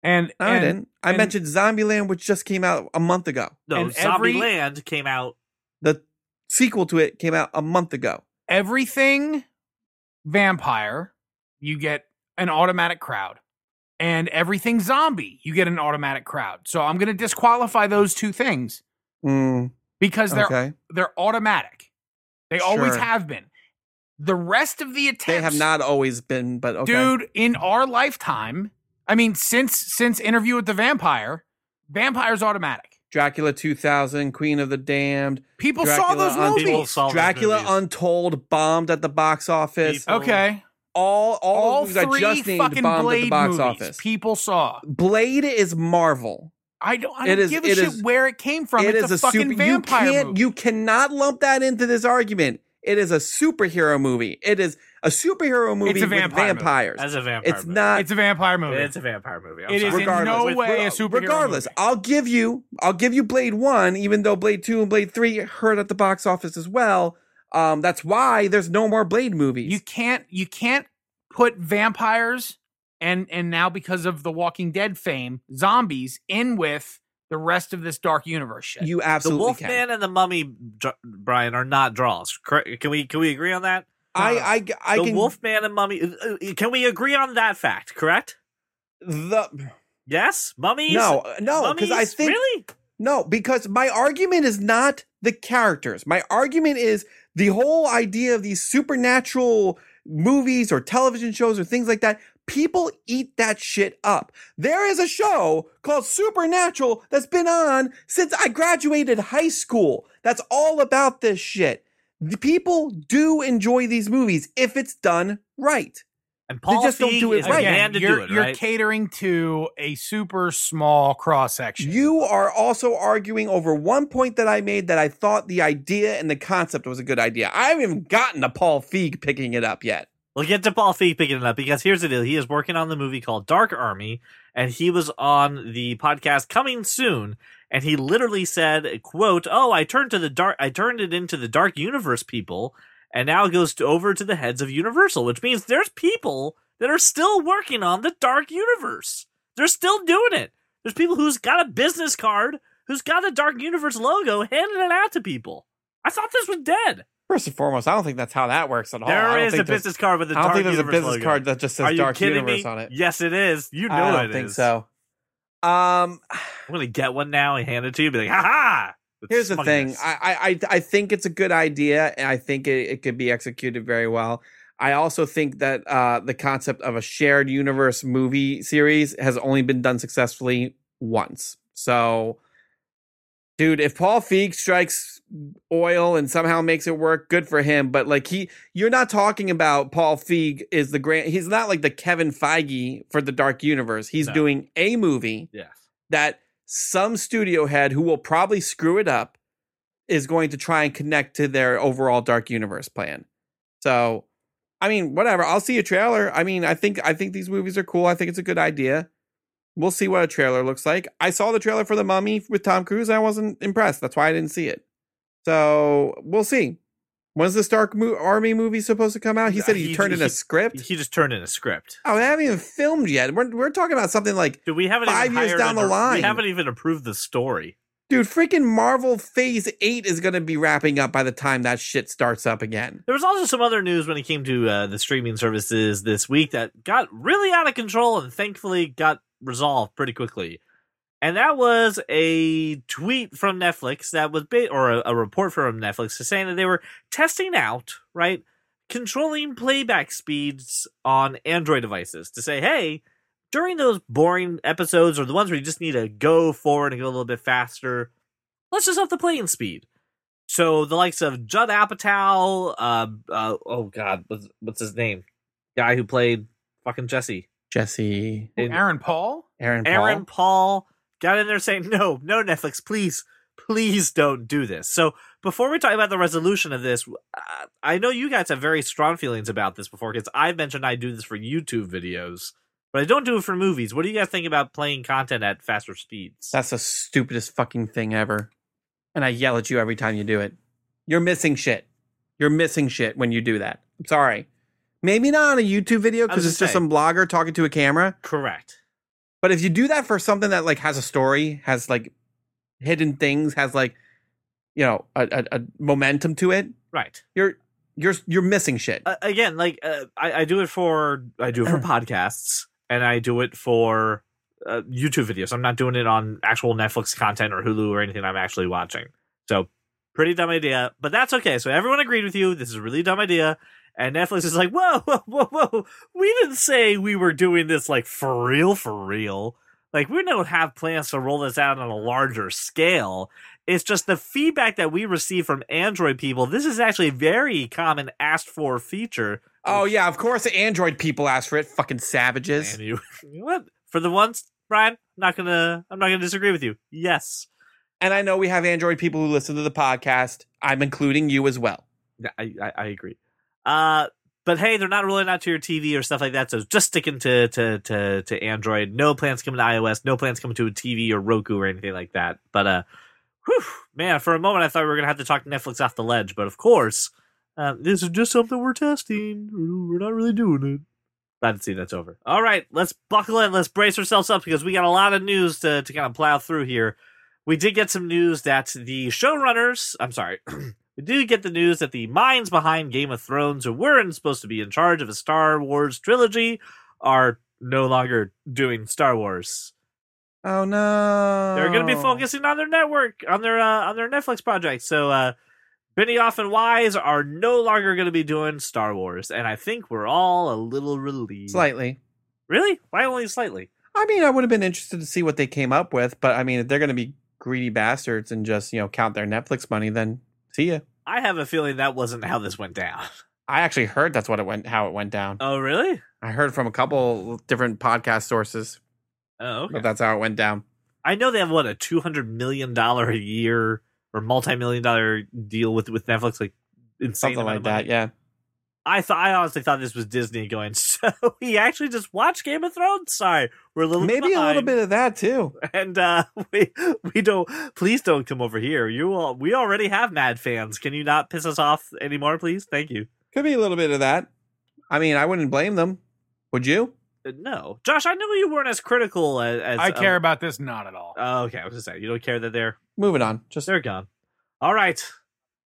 Speaker 3: And,
Speaker 4: I, no, I
Speaker 3: and-
Speaker 4: didn't. I
Speaker 3: and-
Speaker 4: mentioned Zombieland, which just came out a month ago.
Speaker 2: No,
Speaker 3: And every-
Speaker 2: Zombieland came out
Speaker 4: The sequel to it came out a month ago.
Speaker 3: everything vampire, you get an automatic crowd. And everything zombie, you get an automatic crowd. So I'm going to disqualify those two things
Speaker 4: Mm,
Speaker 3: because they're
Speaker 4: okay.
Speaker 3: they're automatic. They always
Speaker 4: Sure.
Speaker 3: have been. The rest of the attempts
Speaker 4: They have not always been, but okay.
Speaker 3: dude in our lifetime, I mean since since interview with the vampire, vampires automatic.
Speaker 4: Dracula 2000, Queen of the Damned,
Speaker 3: People saw
Speaker 4: Dracula
Speaker 3: those
Speaker 4: on
Speaker 3: movies.
Speaker 2: people saw those
Speaker 4: Dracula
Speaker 2: movies.
Speaker 4: Untold bombed at the box office.
Speaker 2: People-
Speaker 3: okay.
Speaker 4: All all,
Speaker 3: All
Speaker 4: of these I
Speaker 3: three
Speaker 4: just named
Speaker 3: fucking
Speaker 4: bombed at the
Speaker 3: Blade
Speaker 4: box
Speaker 3: movies
Speaker 4: office.
Speaker 3: people saw.
Speaker 4: Blade is Marvel.
Speaker 3: I don't, I
Speaker 4: It
Speaker 3: don't
Speaker 4: is-
Speaker 3: give a
Speaker 4: it
Speaker 3: shit
Speaker 4: is-
Speaker 3: where it came from.
Speaker 4: It
Speaker 3: it's
Speaker 4: is
Speaker 3: a, fucking
Speaker 4: super.
Speaker 3: vampire
Speaker 4: you can't.
Speaker 3: movie.
Speaker 4: You cannot lump that into this argument. It is a superhero movie. It is a superhero movie
Speaker 3: vampire movie.
Speaker 4: with vampires.
Speaker 2: as a vampire.
Speaker 4: It's
Speaker 2: movie.
Speaker 4: not.
Speaker 3: it's a vampire movie.
Speaker 2: It's a vampire movie. I'm
Speaker 3: It is
Speaker 2: sorry.
Speaker 3: in no
Speaker 4: Regardless.
Speaker 3: way a
Speaker 4: Well,
Speaker 3: superhero
Speaker 4: regardless,
Speaker 3: movie.
Speaker 4: I'll give you I'll give you Blade One, even though Blade Two and Blade Three hurt at the box office as well. Um, that's why there's no more Blade movies.
Speaker 3: you can't you can't put vampires and and now because of the Walking Dead fame, zombies in with the rest of this dark universe shit.
Speaker 4: You
Speaker 2: the
Speaker 4: absolutely
Speaker 2: Wolfman
Speaker 4: can.
Speaker 2: and the Mummy, Dr- Brian, are not draws. Correct- Can we can we agree on that?
Speaker 4: I I I
Speaker 2: uh, the
Speaker 4: can
Speaker 2: Wolfman and Mummy. uh, uh, Can we agree on that fact? Correct?
Speaker 4: the
Speaker 2: Yes, mummies.
Speaker 4: no no because I
Speaker 2: Mummies?
Speaker 4: think
Speaker 2: really
Speaker 4: No, because my argument is not the characters. My argument is the whole idea of these supernatural movies or television shows or things like that. People eat that shit up. There is a show called Supernatural that's been on since I graduated high school. That's all about this shit. The people do enjoy these movies if it's done right.
Speaker 2: and Paul
Speaker 4: just don't
Speaker 2: Feig
Speaker 4: do it
Speaker 2: is the
Speaker 4: right.
Speaker 3: Again,
Speaker 2: man to
Speaker 3: you're,
Speaker 2: do it
Speaker 3: you're
Speaker 2: right.
Speaker 3: catering to a super small cross section.
Speaker 4: You are also arguing over one point that I made that I thought the idea and the concept was a good idea. I haven't even gotten to Paul Feig picking it up yet.
Speaker 2: We'll get to Paul Feig picking it up because here's the deal: he is working on the movie called Dark Army, and he was on the podcast coming soon, and he literally said, "quote Oh, I turned to the dark. I turned it into the Dark Universe people, and now it goes to, over to the heads of Universal, which means there's people that are still working on the Dark Universe. They're still doing it. There's people who's got a business card, who's got the Dark Universe logo, handing it out to people. I thought this was dead.
Speaker 4: First and foremost, I don't think that's how that works at all. I
Speaker 2: there
Speaker 4: don't
Speaker 2: is
Speaker 4: think
Speaker 2: a
Speaker 4: there's-
Speaker 2: business card with the
Speaker 4: I don't
Speaker 2: Dark
Speaker 4: think there's a
Speaker 2: Universe
Speaker 4: business
Speaker 2: logo.
Speaker 4: card that just says Dark Universe on it.
Speaker 2: Yes, it is. You know
Speaker 4: I
Speaker 2: it
Speaker 4: don't think
Speaker 2: is.
Speaker 4: so. Um,
Speaker 2: I'm gonna get one now and hand it to you. And be like, ha ha. It's
Speaker 4: Here's the thing.
Speaker 2: smugness.
Speaker 4: I, I I- I think it's a good idea, and I think it, it could be executed very well. I also think that uh, the concept of a shared universe movie series has only been done successfully once. So, dude, if Paul Feig strikes oil and somehow makes it work, good for him. But like he, you're not talking about Paul Feig is the grand. He's not like the Kevin Feige for the Dark Universe. He's
Speaker 2: No.
Speaker 4: doing a movie
Speaker 2: yes.
Speaker 4: that some studio head who will probably screw it up is going to try and connect to their overall dark universe plan. So, I mean, whatever. I'll see a trailer. I mean, I think I think these movies are cool. I think it's a good idea. We'll see what a trailer looks like. I saw the trailer for The Mummy with Tom Cruise. I wasn't impressed. That's why I didn't see it. So we'll see. When's this Dark Mo- Army movie supposed to come out? He said he,
Speaker 2: He-
Speaker 4: turned in a
Speaker 2: he-
Speaker 4: script.
Speaker 2: He just turned in a script.
Speaker 4: oh, they haven't even filmed yet. We're, we're talking about something like
Speaker 2: Dude, we haven't
Speaker 4: Five
Speaker 2: even
Speaker 4: years
Speaker 2: hired
Speaker 4: down the
Speaker 2: a dir-
Speaker 4: line.
Speaker 2: We haven't even approved the story.
Speaker 4: Dude, freaking Marvel Phase 8 is going to be wrapping up by the time that shit starts up again.
Speaker 2: There was also some other news when it came to uh, the streaming services this week that got really out of control and thankfully got resolved pretty quickly. And that was a tweet from Netflix that was, ba- or a, a report from Netflix saying that they were testing out, right, controlling playback speeds on Android devices to say, hey, during those boring episodes or the ones where you just need to go forward and go a little bit faster, let's just up the playing speed. So the likes of Judd Apatow, uh, uh, oh god, what's, what's his name? Guy who played fucking Jesse,
Speaker 4: Jesse,
Speaker 2: And
Speaker 3: Aaron Paul?
Speaker 4: Aaron,
Speaker 2: Aaron Paul
Speaker 4: Paul.
Speaker 2: got in there saying, "No, no Netflix, please, please don't do this." So before we talk about the resolution of this, uh, I know you guys have very strong feelings about this before because I've mentioned I do this for YouTube videos, but I don't do it for movies. What do you guys think about playing content at faster speeds?
Speaker 4: That's the stupidest fucking thing ever. And I yell at you every time you do it. You're missing shit. You're missing shit when you do that. I'm sorry. Maybe not on a YouTube video
Speaker 2: I was
Speaker 4: because it's
Speaker 2: gonna say.
Speaker 4: just some blogger talking to a camera.
Speaker 2: Correct.
Speaker 4: But if you do that for something that like has a story, has like hidden things, has like, you know, a, a, a momentum to it,
Speaker 2: Right.
Speaker 4: you're you're you're missing shit.
Speaker 2: uh, again, like uh, I, I do it for I do it for podcasts and I do it for uh, YouTube videos. I'm not doing it on actual Netflix content or Hulu or anything I'm actually watching. So pretty dumb idea, but that's okay. So everyone agreed with you. This is a really dumb idea. And Netflix is like, whoa, whoa, whoa, whoa. We didn't say we were doing this like for real, for real. Like we don't have plans to roll this out on a larger scale. It's just the feedback that we receive from Android people. This is actually a very common asked for feature.
Speaker 4: Oh yeah, of course the Android people ask for it. Fucking savages.
Speaker 2: And you, you know what? For the ones, Brian, I'm not gonna, I'm not gonna disagree with you. Yes,
Speaker 4: And I know we have Android people who listen to the podcast. I'm including you as well.
Speaker 2: Yeah, I, I, I agree. Uh, but hey, they're not rolling out to your TV or stuff like that. So just sticking to to to to Android. No plans coming to iOS. No plans coming to a TV or Roku or anything like that. But uh, whew, man, for a moment I thought we were gonna have to talk Netflix off the ledge, but of course, uh, this is just something we're testing. We're not really doing it. Glad to see that's over. All right, let's buckle in. Let's brace ourselves up because we got a lot of news to to kind of plow through here. We did get some news that the showrunners, I'm sorry, we do get the news that the minds behind Game of Thrones, who weren't supposed to be in charge of a Star Wars trilogy, are no longer doing Star Wars.
Speaker 4: Oh no.
Speaker 2: They're going to be focusing on their network, on their uh, on their Netflix project. So uh, Benioff and Wise are no longer going to be doing Star Wars, and I think we're all a little relieved.
Speaker 4: slightly.
Speaker 2: really? Why only slightly?
Speaker 4: I mean, I would have been interested to see what they came up with, but I mean, if they're going to be greedy bastards and just you know count their Netflix money, then see ya.
Speaker 2: I have a feeling that wasn't how this went down.
Speaker 4: I actually heard that's what it went, how it went down.
Speaker 2: Oh, really?
Speaker 4: I heard from a couple different podcast sources
Speaker 2: Oh, okay.
Speaker 4: that that's how it went down.
Speaker 2: I know they have what a two hundred million dollar a year or multi million dollar deal with with Netflix, like insane
Speaker 4: Something
Speaker 2: amount
Speaker 4: like
Speaker 2: of money.
Speaker 4: that. Yeah.
Speaker 2: I thought I honestly thought this was Disney going. So we actually just watched Game of Thrones. Sorry, we're a little
Speaker 4: Maybe a little
Speaker 2: behind,
Speaker 4: bit of that too.
Speaker 2: and uh, we we don't. Please don't come over here. You all, we already have mad fans. Can you not piss us off anymore, please? Thank you.
Speaker 4: Could be a little bit of that. I mean, I wouldn't blame them. Would you?
Speaker 2: Uh, No, Josh, I know you weren't as critical as, as
Speaker 3: I care about this not at all.
Speaker 2: Oh, okay, I was just saying you don't care that they're
Speaker 4: Moving on. Just
Speaker 2: They're gone. All right.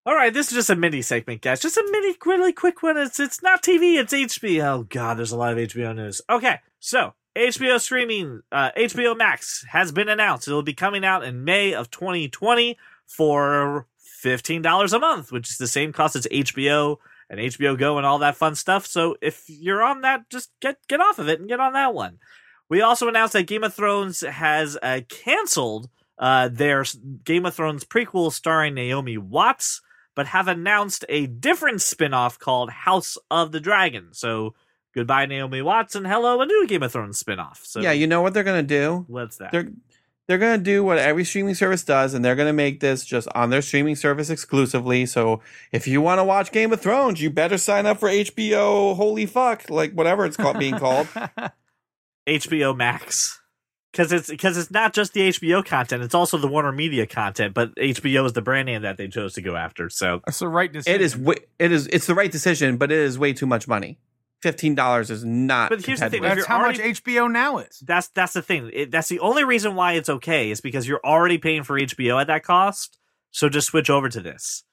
Speaker 2: All right, this is just a mini segment, guys. Just a mini, really quick one. It's it's not TV, it's HBO. Oh god, there's a lot of HBO news. Okay, so HBO streaming, uh, HBO Max has been announced. It'll be coming out in May of 2020 for fifteen dollars a month, which is the same cost as HBO and HBO Go and all that fun stuff. So if you're on that, just get get off of it and get on that one. We also announced that Game of Thrones has uh, canceled uh, their s- Game of Thrones prequel starring Naomi Watts, but have announced a different spin off called House of the Dragon. So goodbye, Naomi Watts, and hello, a new Game of Thrones spin off. So
Speaker 4: yeah. You know what they're gonna do?
Speaker 2: what's that?
Speaker 4: They're they're gonna do what every streaming service does, and they're gonna make this just on their streaming service exclusively. So if you want to watch Game of Thrones, you better sign up for HBO. Holy fuck! Like whatever it's called, being called.
Speaker 2: uh, HBO Max. Because it's because it's not just the HBO content; it's also the Warner Media content. But HBO is the brand name that they chose to go after. So
Speaker 3: That's the right decision.
Speaker 4: It is. wa- It is. It's the right decision, but it is way too much money. Fifteen dollars is not.
Speaker 2: But here's the
Speaker 4: competitive.
Speaker 2: thing, if
Speaker 3: That's
Speaker 2: you're
Speaker 3: how
Speaker 2: already-
Speaker 3: much HBO now is.
Speaker 2: that's that's the thing. It, that's the only reason why it's okay is because you're already paying for HBO at that cost. So just switch over to this.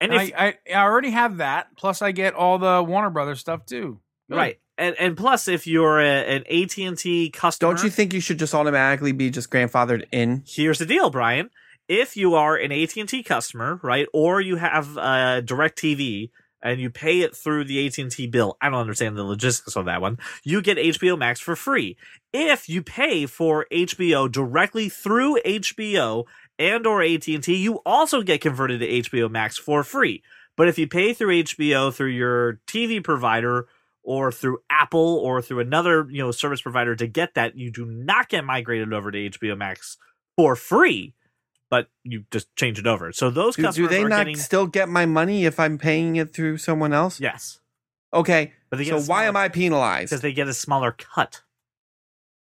Speaker 2: And if,
Speaker 3: I, I, I already have that. Plus, I get all the Warner Brothers stuff too. Good.
Speaker 4: oh.
Speaker 2: right, and and plus, if you're a, an AT and T customer,
Speaker 4: Don't you think you should just automatically be just grandfathered in?
Speaker 2: here's the deal, Brian. If you are an AT and T customer, right, or you have uh, Direct TV and you pay it through the AT and T bill, I don't understand the logistics of that one. You get HBO Max for free if you pay for HBO directly through HBO and or AT and T. You also get converted to HBO Max for free. But if you pay through HBO through your TV provider or through Apple or through another you know service provider to get that, you do not get migrated over to HBO Max for free, but you just change it over. So those
Speaker 4: Do, do
Speaker 2: customers
Speaker 4: they
Speaker 2: are
Speaker 4: not
Speaker 2: getting
Speaker 4: still get my money if I'm paying it through someone else?
Speaker 2: yes,
Speaker 4: Okay.
Speaker 2: but they
Speaker 4: So why am I penalized?
Speaker 2: Because they get a smaller cut.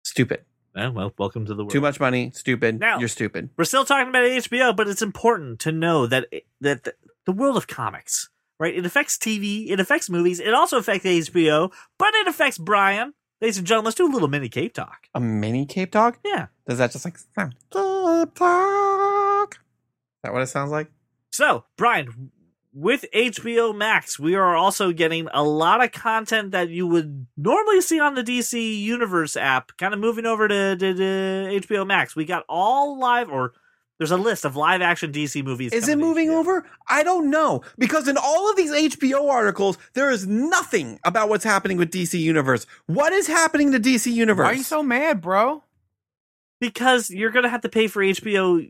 Speaker 4: Stupid.
Speaker 2: Eh, well, welcome to the world.
Speaker 4: Too much money. Stupid.
Speaker 2: Now-
Speaker 4: You're stupid.
Speaker 2: We're still talking about HBO, but it's important to know that that the, the world of comics, right? It affects TV, it affects movies, it also affects HBO, but it affects Brian. Ladies and gentlemen, let's do a little mini Cape Talk.
Speaker 4: A mini Cape Dog?
Speaker 2: Yeah.
Speaker 4: Does that just like sound? Cape Dog. Is that what it sounds like?
Speaker 2: So, Brian, with HBO Max, we are also getting a lot of content that you would normally see on the DC Universe app, kind of moving over to, to, to HBO Max. We got all live, or there's a list of live action DC movies.
Speaker 4: Is it
Speaker 2: coming to
Speaker 4: moving
Speaker 2: HBO.
Speaker 4: over? I don't know because in all of these HBO articles, there is nothing about what's happening with DC Universe. What is happening to DC Universe?
Speaker 3: Why are you so mad, bro?
Speaker 2: Because you're going to have to pay for HBO.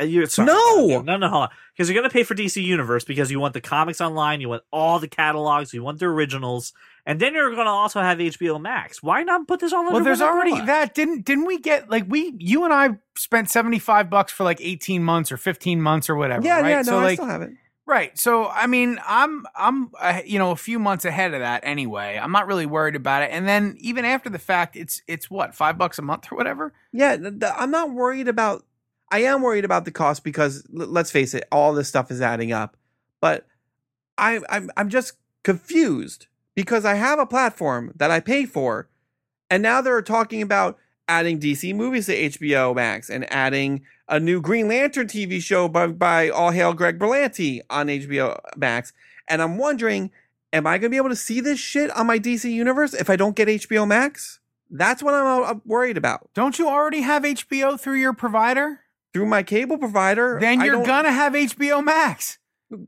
Speaker 2: uh, You're, sorry,
Speaker 4: No!
Speaker 2: no, no, hold on. Because you're going to pay for DC Universe because you want the comics online, you want all the catalogs, you want the originals, and then you're going to also have HBO Max. Why not put this all under
Speaker 3: Well, there's
Speaker 2: one
Speaker 3: already
Speaker 2: umbrella?
Speaker 3: that. Didn't didn't we get like we you and I spent seventy five bucks for like eighteen months or fifteen months or whatever.
Speaker 4: yeah,
Speaker 3: right?
Speaker 4: yeah. No,
Speaker 3: so
Speaker 4: I
Speaker 3: like
Speaker 4: still have it.
Speaker 3: right. So I mean, I'm I'm uh, you know a few months ahead of that anyway. I'm not really worried about it. And then even after the fact, it's it's what five bucks a month or whatever.
Speaker 4: Yeah, th- th- I'm not worried about. I am worried about the cost because l- let's face it, all this stuff is adding up. But I, I'm I'm just confused because I have a platform that I pay for, and now they're talking about adding DC movies to HBO Max and adding a new Green Lantern TV show by, by All Hail Greg Berlanti on HBO Max. And I'm wondering, am I going to be able to see this shit on my DC universe if I don't get HBO Max? That's what I'm uh, worried about.
Speaker 3: Don't you already have HBO through your provider?
Speaker 4: Through my cable provider,
Speaker 3: Then
Speaker 4: I
Speaker 3: you're
Speaker 4: don't-
Speaker 3: gonna have HBO Max.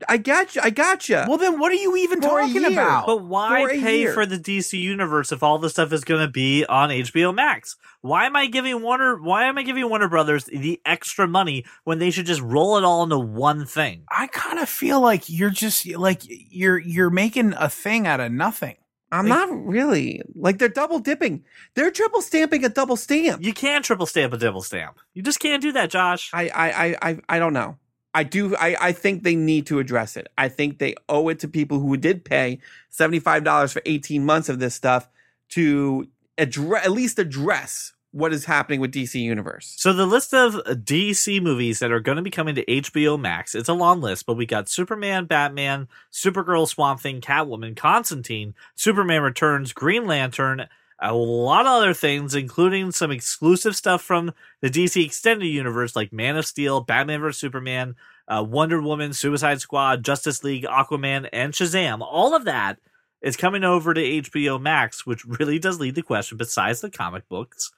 Speaker 4: I got you. I got you.
Speaker 3: Well, then what are you even
Speaker 4: For a
Speaker 3: talking
Speaker 4: year.
Speaker 3: about?
Speaker 2: But why
Speaker 4: for a
Speaker 2: pay
Speaker 4: year.
Speaker 2: for the DC universe if all this stuff is going to be on HBO Max? Why am I giving Warner? Why am I giving Warner Brothers the extra money when they should just roll it all into one thing?
Speaker 3: I kind of feel like you're just like you're you're making a thing out of nothing.
Speaker 4: I'm not really like they're double dipping. They're triple stamping a double stamp.
Speaker 2: You can triple stamp a double stamp. You just can't do that, Josh.
Speaker 4: I I I I, I don't know. I do. I, I think they need to address it. I think they owe it to people who did pay seventy five dollars for eighteen months of this stuff to address at least address what is happening with DC Universe.
Speaker 2: So the list of DC movies that are going to be coming to HBO Max, it's a long list, but we got Superman, Batman, Supergirl, Swamp Thing, Catwoman, Constantine, Superman Returns, Green Lantern, a lot of other things, including some exclusive stuff from the DC Extended Universe like Man of Steel, Batman vs. Superman, uh, Wonder Woman, Suicide Squad, Justice League, Aquaman, and Shazam. All of that is coming over to HBO Max, which really does lead the question, besides the comic books,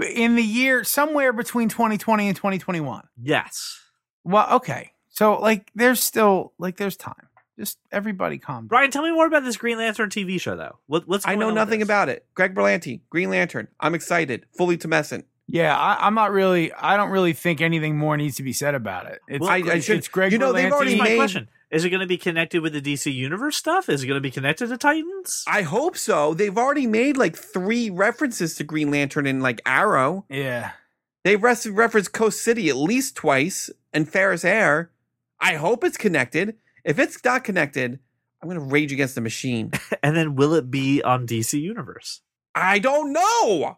Speaker 3: In the year somewhere between 2020 and 2021.
Speaker 2: yes.
Speaker 3: Well, okay. So like there's still like there's time. Just everybody calm down.
Speaker 2: Brian, tell me more about this Green Lantern TV show, though. What, what's
Speaker 4: I
Speaker 2: going
Speaker 4: know
Speaker 2: on with
Speaker 4: nothing
Speaker 2: this?
Speaker 4: about it. Greg Berlanti, Green Lantern. I'm excited. Fully tumescent.
Speaker 3: Yeah, I, I'm not really I don't really think anything more needs to be said about it. It's
Speaker 2: Well, I- I
Speaker 4: should-
Speaker 3: it's Greg
Speaker 4: you know, they've
Speaker 3: Berlanti.
Speaker 4: already
Speaker 2: Here's my
Speaker 4: made-
Speaker 2: question: Is it going to be connected with the DC Universe stuff? Is it going to be connected to Titans?
Speaker 4: I hope so. They've already made like three references to Green Lantern in like Arrow.
Speaker 3: Yeah.
Speaker 4: They res- reference Coast City at least twice and Ferris Air. I hope it's connected. If it's not connected, I'm going to rage against the machine.
Speaker 2: and then will it be on DC Universe?
Speaker 4: I don't know.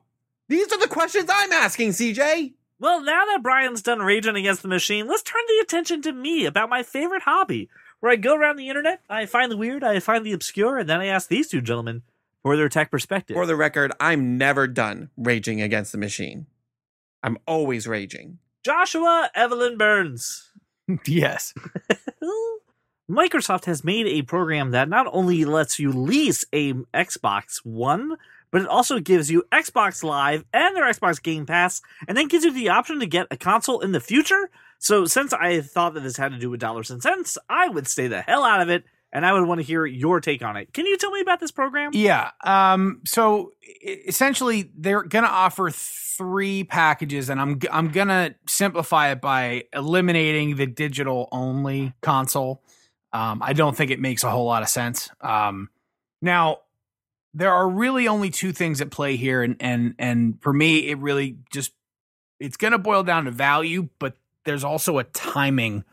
Speaker 4: These are the questions I'm asking, CJ.
Speaker 2: Well, now that Brian's done raging against the machine, let's turn the attention to me about my favorite hobby, where I go around the internet, I find the weird, I find the obscure, and then I ask these two gentlemen for their tech perspective.
Speaker 4: For the record, I'm never done raging against the machine. I'm always raging.
Speaker 2: Joshua Evelyn Burns.
Speaker 3: yes.
Speaker 2: Microsoft has made a program that not only lets you lease a Xbox One, but it also gives you Xbox Live and their Xbox Game Pass, and then gives you the option to get a console in the future. So, since I thought that this had to do with dollars and cents, I would stay the hell out of it, and I would want to hear your take on it. Can you tell me about this program?
Speaker 3: Yeah. Um, so e- essentially, they're going to offer three packages, and I'm g- I'm going to simplify it by eliminating the digital only console. Um, I don't think it makes a whole lot of sense. Um, now, there are really only two things at play here, and and and for me, it really just it's going to boil down to value, but there's also a timing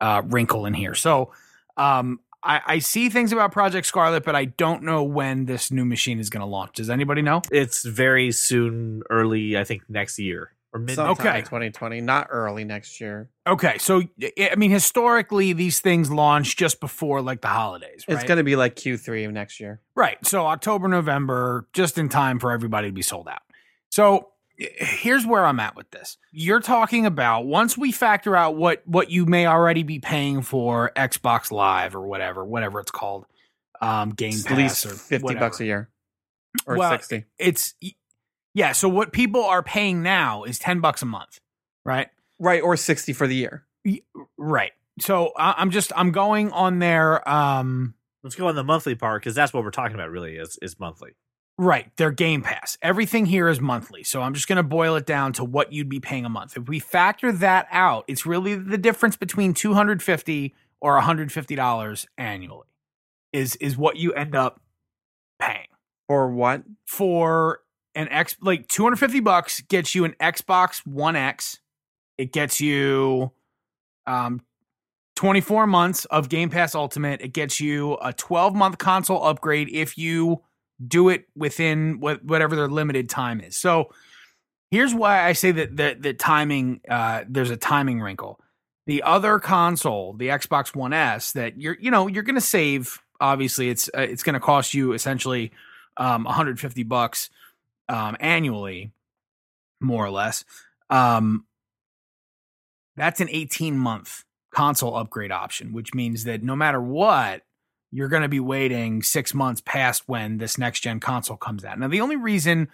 Speaker 3: uh, wrinkle in here. So. Um, I, I see things about Project Scarlet, but I don't know when this new machine is going to launch. Does anybody know?
Speaker 2: It's very soon, early, I think next year or mid.
Speaker 4: Sometime
Speaker 3: Okay.
Speaker 4: in 2020, not early next year.
Speaker 3: Okay, so I I mean, historically, these things launch just before like the holidays, right?
Speaker 4: It's going to be like Q3 of next year.
Speaker 3: right. So October, November, just in time for everybody to be sold out. So eh, here's where I'm at with this. You're talking about once we factor out what what you may already be paying for Xbox Live or whatever, whatever it's called, um, Game
Speaker 4: It's
Speaker 3: Pass
Speaker 4: at least
Speaker 3: or
Speaker 4: 50
Speaker 3: whatever.
Speaker 4: bucks a year or
Speaker 3: Well,
Speaker 4: 60.
Speaker 3: it's yeah so what people are paying now is 10 bucks a month right
Speaker 4: Right, or 60 for the year.
Speaker 3: right so I- i'm just i'm going on their um
Speaker 2: Let's go on the monthly part because that's what we're talking about. Really, is is monthly.
Speaker 3: right their game pass everything here is monthly so i'm just going to boil it down to what you'd be paying a month if we factor that out it's really the difference between 250 or 150 dollars annually is is what you end up paying
Speaker 4: Or what?
Speaker 3: for an X like 250 bucks gets you an Xbox One X. It gets you um 24 months of Game Pass Ultimate. It gets you a 12 month console upgrade if you do it within what whatever their limited time is. So here's why I say that that the timing uh there's a timing wrinkle. The other console, the Xbox One S that you're you know, you're going to save obviously it's uh, it's going to cost you essentially um, 150 bucks um, annually. more or less. Um, that's an 18 month console upgrade option, which means that no matter what, you're going to be waiting six months past when this next gen console comes out. Now, the only reason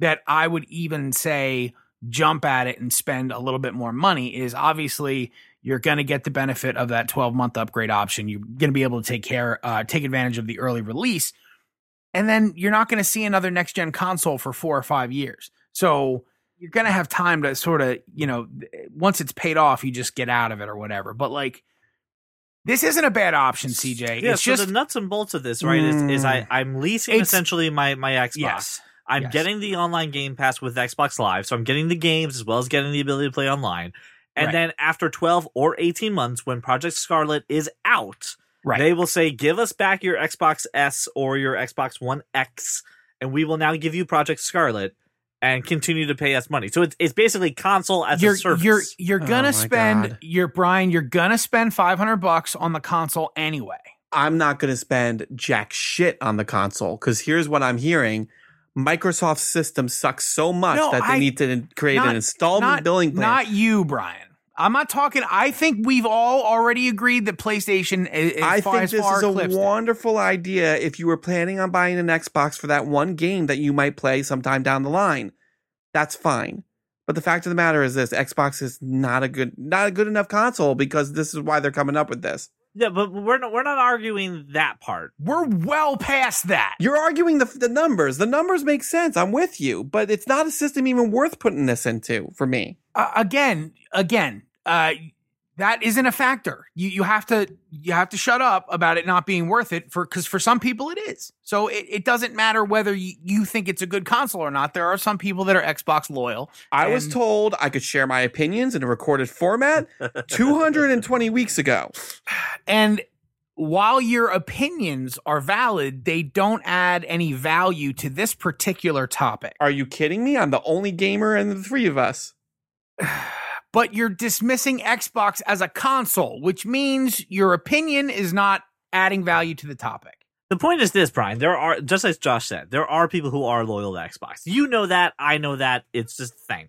Speaker 3: that I would even say jump at it and spend a little bit more money is obviously you're going to get the benefit of that 12 month upgrade option. You're going to be able to take care, uh, take advantage of the early release. And then you're not going to see another next gen console for four or five years. So you're going to have time to sort of, you know, once it's paid off, you just get out of it or whatever. But like, this isn't a bad option, CJ.
Speaker 2: Yeah,
Speaker 3: it's
Speaker 2: so
Speaker 3: just, Mm.
Speaker 2: the nuts and bolts of this, right? Is, is I I'm leasing
Speaker 3: It's-
Speaker 2: essentially my my Xbox.
Speaker 3: yes.
Speaker 2: I'm
Speaker 3: Yes.
Speaker 2: getting the online game pass with Xbox Live, so I'm getting the games as well as getting the ability to play online. And
Speaker 3: Right.
Speaker 2: then after 12 or 18 months, when Project Scarlet is out,
Speaker 3: Right.
Speaker 2: they will say, "Give us back your Xbox S or your Xbox One X, and we will now give you Project Scarlet." And continue to pay us money, so it's, it's basically console as
Speaker 3: you're,
Speaker 2: a service.
Speaker 3: You're you're
Speaker 4: Oh
Speaker 3: gonna
Speaker 4: my
Speaker 3: spend
Speaker 4: God.
Speaker 3: you're Brian, you're gonna spend five hundred bucks on the console anyway.
Speaker 4: I'm not going to spend jack shit on the console because here's what I'm hearing. Microsoft's system sucks so much
Speaker 3: No,
Speaker 4: that they
Speaker 3: I-
Speaker 4: need to create
Speaker 3: not-
Speaker 4: an installment
Speaker 3: Not,
Speaker 4: billing plan.
Speaker 3: not you, Brian. I'm not talking I think we've all already agreed that PlayStation is as
Speaker 4: I
Speaker 3: far
Speaker 4: think
Speaker 3: as
Speaker 4: this
Speaker 3: far
Speaker 4: is a
Speaker 3: eclipsed it.
Speaker 4: wonderful idea if you were planning on buying an Xbox for that one game that you might play sometime down the line. That's fine. But the fact of the matter is this Xbox is not a good not a good enough console because this is why they're coming up with this.
Speaker 2: yeah, but we're not, we're not arguing that part.
Speaker 3: We're well past that.
Speaker 4: You're arguing the the numbers. The numbers make sense. I'm with you, but it's not a system even worth putting this into for me.
Speaker 3: Uh, again, again, uh that isn't a factor. You you have to you have to shut up about it not being worth it for because for some people it is. So it, it doesn't matter whether you, you think it's a good console or not. There are some people that are Xbox loyal
Speaker 4: I was
Speaker 3: And-
Speaker 4: told I could share my opinions in a recorded format 220 weeks ago.
Speaker 3: And while your opinions are valid, they don't add any value to this particular topic.
Speaker 4: Are you kidding me? I'm the only gamer in the three of us.
Speaker 3: But you're dismissing Xbox as a console, which means your opinion is not adding value to the topic.
Speaker 2: The point is this, Brian. There are just as Josh said, there are people who are loyal to Xbox. You know that, I know that. It's just a thing.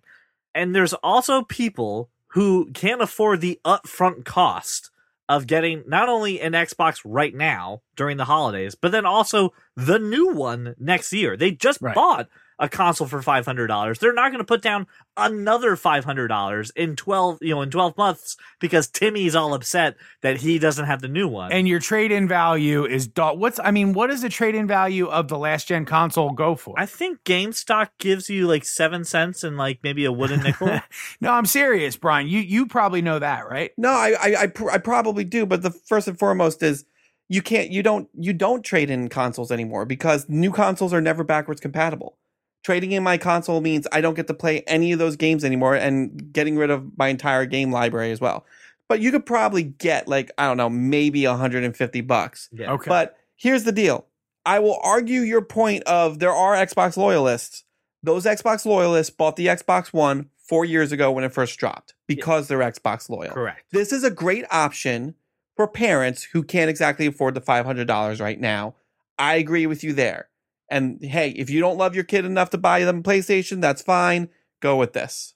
Speaker 2: And there's also people who can't afford the upfront cost of getting not only an Xbox right now during the holidays, but then also the new one next year. They just
Speaker 3: Right.
Speaker 2: bought a console for five hundred dollars. They're not going to put down another five hundred dollars in twelve, you know, in twelve months because Timmy's all upset that he doesn't have the new one.
Speaker 3: And your trade in value is do- what's I mean, what does the trade in value of the last gen console go for?
Speaker 2: I think GameStop gives you like seven cents and like maybe a wooden nickel.
Speaker 3: no, I'm serious, Brian. You you probably know that, right?
Speaker 4: No, I, I, I, pr- I probably do, but the first and foremost is you can't, you don't, you don't trade in consoles anymore because new consoles are never backwards compatible. Trading in my console means I don't get to play any of those games anymore, and getting rid of my entire game library as well. But you could probably get like I don't know, maybe 150 bucks.
Speaker 2: yeah.
Speaker 3: Okay.
Speaker 4: But here's the deal. I will argue your point of there are Xbox loyalists. Those Xbox loyalists bought the Xbox One four years ago when it first dropped because they're Xbox loyal.
Speaker 2: Correct.
Speaker 4: This is a great option for parents who can't exactly afford the $500 right now. I agree with you there. And hey, if you don't love your kid enough to buy them a PlayStation, that's fine. Go with this.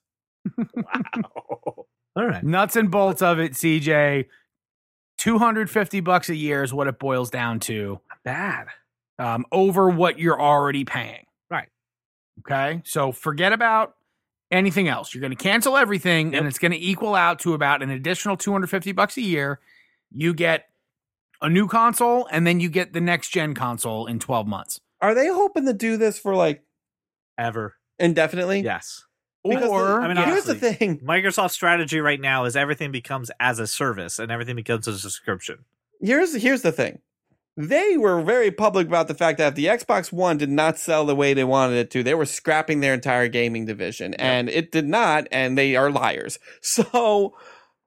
Speaker 2: Wow. All right.
Speaker 3: nuts and bolts of it, CJ. 250 bucks a year is what it boils down to
Speaker 2: Bad.
Speaker 3: um, over what you're already paying.
Speaker 2: Right.
Speaker 3: Okay. So forget about anything else. You're going to cancel everything
Speaker 2: Yep.
Speaker 3: and it's going to equal out to about an additional 250 bucks a year. You get a new console and then you get the next gen console in 12 months.
Speaker 4: Are they hoping to do this for like
Speaker 2: Ever.
Speaker 4: indefinitely?
Speaker 2: Yes.
Speaker 4: Because the-
Speaker 3: or
Speaker 2: I mean,
Speaker 4: here's the
Speaker 2: honestly-
Speaker 4: thing.
Speaker 2: Microsoft's strategy right now is everything becomes as a service and everything becomes a subscription.
Speaker 4: here's here's the thing. They were very public about the fact that if the Xbox One did not sell the way they wanted it to, they were scrapping their entire gaming division, and it did not. And they are liars. So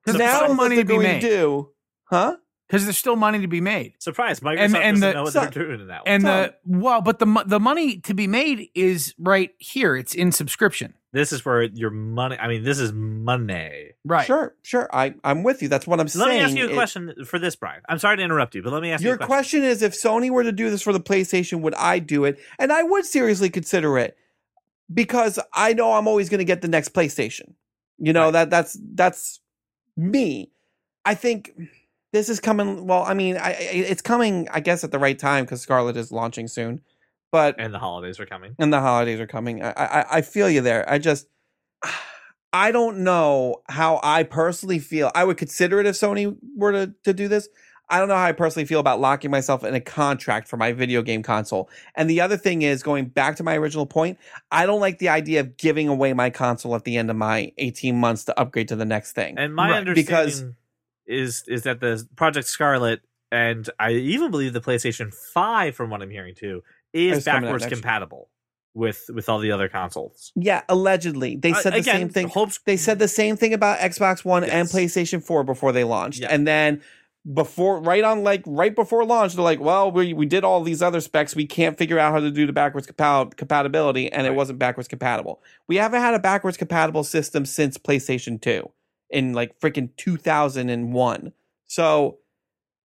Speaker 3: There's
Speaker 4: now
Speaker 3: still
Speaker 4: what
Speaker 3: money
Speaker 4: they're
Speaker 3: to be
Speaker 4: going
Speaker 3: made.
Speaker 4: to do, huh?
Speaker 3: because there's still money to be made.
Speaker 2: Surprise, Microsoft
Speaker 3: and
Speaker 2: doesn't
Speaker 3: the-
Speaker 2: know what
Speaker 4: so-
Speaker 2: they're doing in that one.
Speaker 3: And
Speaker 4: Tom.
Speaker 3: the well, but the mo- the money to be made is right here. It's in subscription.
Speaker 2: This is where your money I mean, this is money.
Speaker 3: Right.
Speaker 4: Sure, sure. I I'm with you. That's what I'm
Speaker 2: Let
Speaker 4: saying.
Speaker 2: me ask you a
Speaker 4: It-
Speaker 2: question for this, Brian. I'm sorry to interrupt you, but let me ask
Speaker 4: Your
Speaker 2: you a question.
Speaker 4: question is if Sony were to do this for the PlayStation, would I do it? And I would seriously consider it. because I know I'm always going to get the next PlayStation. You know that that's that's me. I think this is coming. Well, I mean, I, I- it's coming. I guess at the right time because Scarlet is launching soon. But
Speaker 2: and the holidays are coming.
Speaker 4: and the holidays are coming. I, I I feel you there. I just I don't know how I personally feel. I would consider it if Sony were to, to do this. I don't know how I personally feel about locking myself in a contract for my video game console. And the other thing is going back to my original point, I don't like the idea of giving away my console at the end of my 18 months to upgrade to the next thing.
Speaker 2: And my
Speaker 3: Right,
Speaker 2: understanding
Speaker 4: because-
Speaker 2: is is that the Project Scarlet and I even believe the PlayStation Five, from what I'm hearing too, is
Speaker 4: It's coming out
Speaker 2: backwards
Speaker 4: next year.
Speaker 2: compatible with with all the other consoles.
Speaker 4: yeah, allegedly. They
Speaker 2: Uh,
Speaker 4: said the
Speaker 2: again,
Speaker 4: same thing.
Speaker 2: Hopes
Speaker 4: they said the same thing about Xbox One and
Speaker 2: Yes.
Speaker 4: PlayStation 4 before they launched.
Speaker 2: Yeah.
Speaker 4: And then before right on like right before launch they're like, "Well, we we did all these other specs. We can't figure out how to do the backwards compa- compatibility and it
Speaker 2: Right.
Speaker 4: wasn't backwards compatible." We haven't had a backwards compatible system since PlayStation 2 in like freaking 2001. So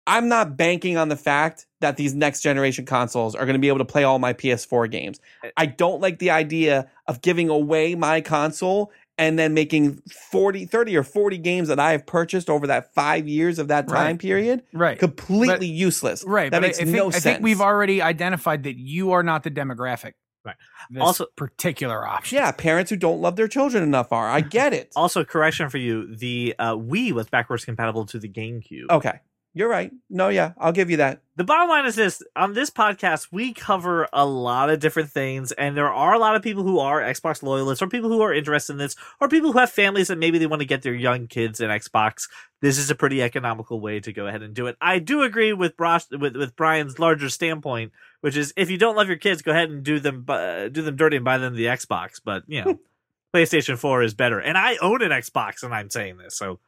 Speaker 4: I'm not banking on the fact that these next generation consoles are going to be able to play all my PS4 games.
Speaker 3: Eh
Speaker 4: I don't like the idea of giving away my console and then making 40, 30 or 40 games that I have purchased over that five years of that time
Speaker 3: Right.
Speaker 4: period
Speaker 3: Right.
Speaker 4: completely useless.
Speaker 3: right.
Speaker 4: That
Speaker 3: but I-
Speaker 4: makes
Speaker 3: I think,
Speaker 4: no
Speaker 3: I
Speaker 4: sense.
Speaker 3: think we've already identified that you are not the demographic.
Speaker 2: Right.
Speaker 3: This
Speaker 2: Also-
Speaker 3: particular option.
Speaker 4: yeah, parents who don't love their children enough are. I get it.
Speaker 2: Also, correction for you: the uh, Wii was backwards compatible to the GameCube.
Speaker 4: Okay. You're right. No, yeah, I'll give you that.
Speaker 2: The bottom line is this: on this podcast, we cover a lot of different things, and there are a lot of people who are Xbox loyalists, or people who are interested in this, or people who have families that maybe they want to get their young kids an Xbox. This is a pretty economical way to go ahead and do it. I do agree with Brosh, with with Brian's larger standpoint, which is if you don't love your kids, go ahead and do them bu- uh, do them dirty and buy them the Xbox. But you know, PlayStation Four is better, and I own an Xbox, and I'm saying this, so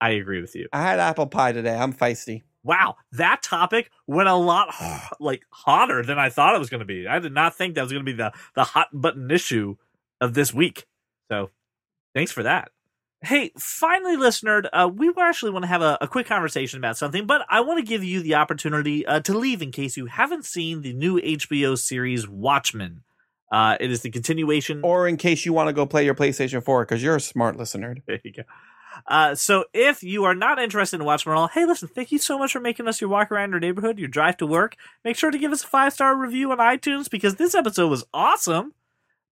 Speaker 2: I agree with you.
Speaker 4: I had apple pie today. I'm feisty.
Speaker 2: Wow, that topic went a lot like hotter than I thought it was going to be. I did not think that was going to be the the hot button issue of this week. So, thanks for that. Hey, finally, listener, uh, we actually want to have a, a quick conversation about something, but I want to give you the opportunity uh, to leave in case you haven't seen the new HBO series Watchmen. Uh, it is the
Speaker 3: Mm.
Speaker 2: continuation
Speaker 4: Or in case you want to go play your PlayStation 4 because you're a smart listener.
Speaker 2: there you go. Uh, so if you are not interested in Watchmen at all, hey, listen, thank you so much for making us your walk around your neighborhood, your drive to work. Make sure to give us a five star review on iTunes because this episode was awesome.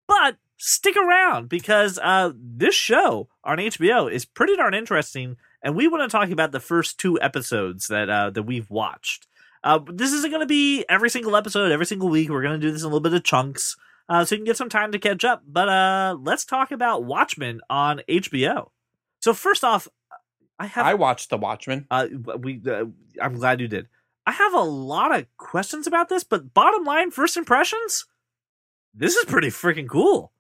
Speaker 2: But stick around because uh, this show on HBO is pretty darn interesting, and we want to talk about the first two episodes that uh, that we've watched. Uh, this isn't going to be every single episode, every single week. We're going to do this in a little bit of chunks, uh, so you can get some time to catch up. But uh, let's talk about Watchmen on HBO. So first off, I have
Speaker 4: I watched The Watchmen.
Speaker 2: uh, we uh, I'm glad you did. I have a lot of questions about this, but bottom line, first impressions, this is pretty freaking cool.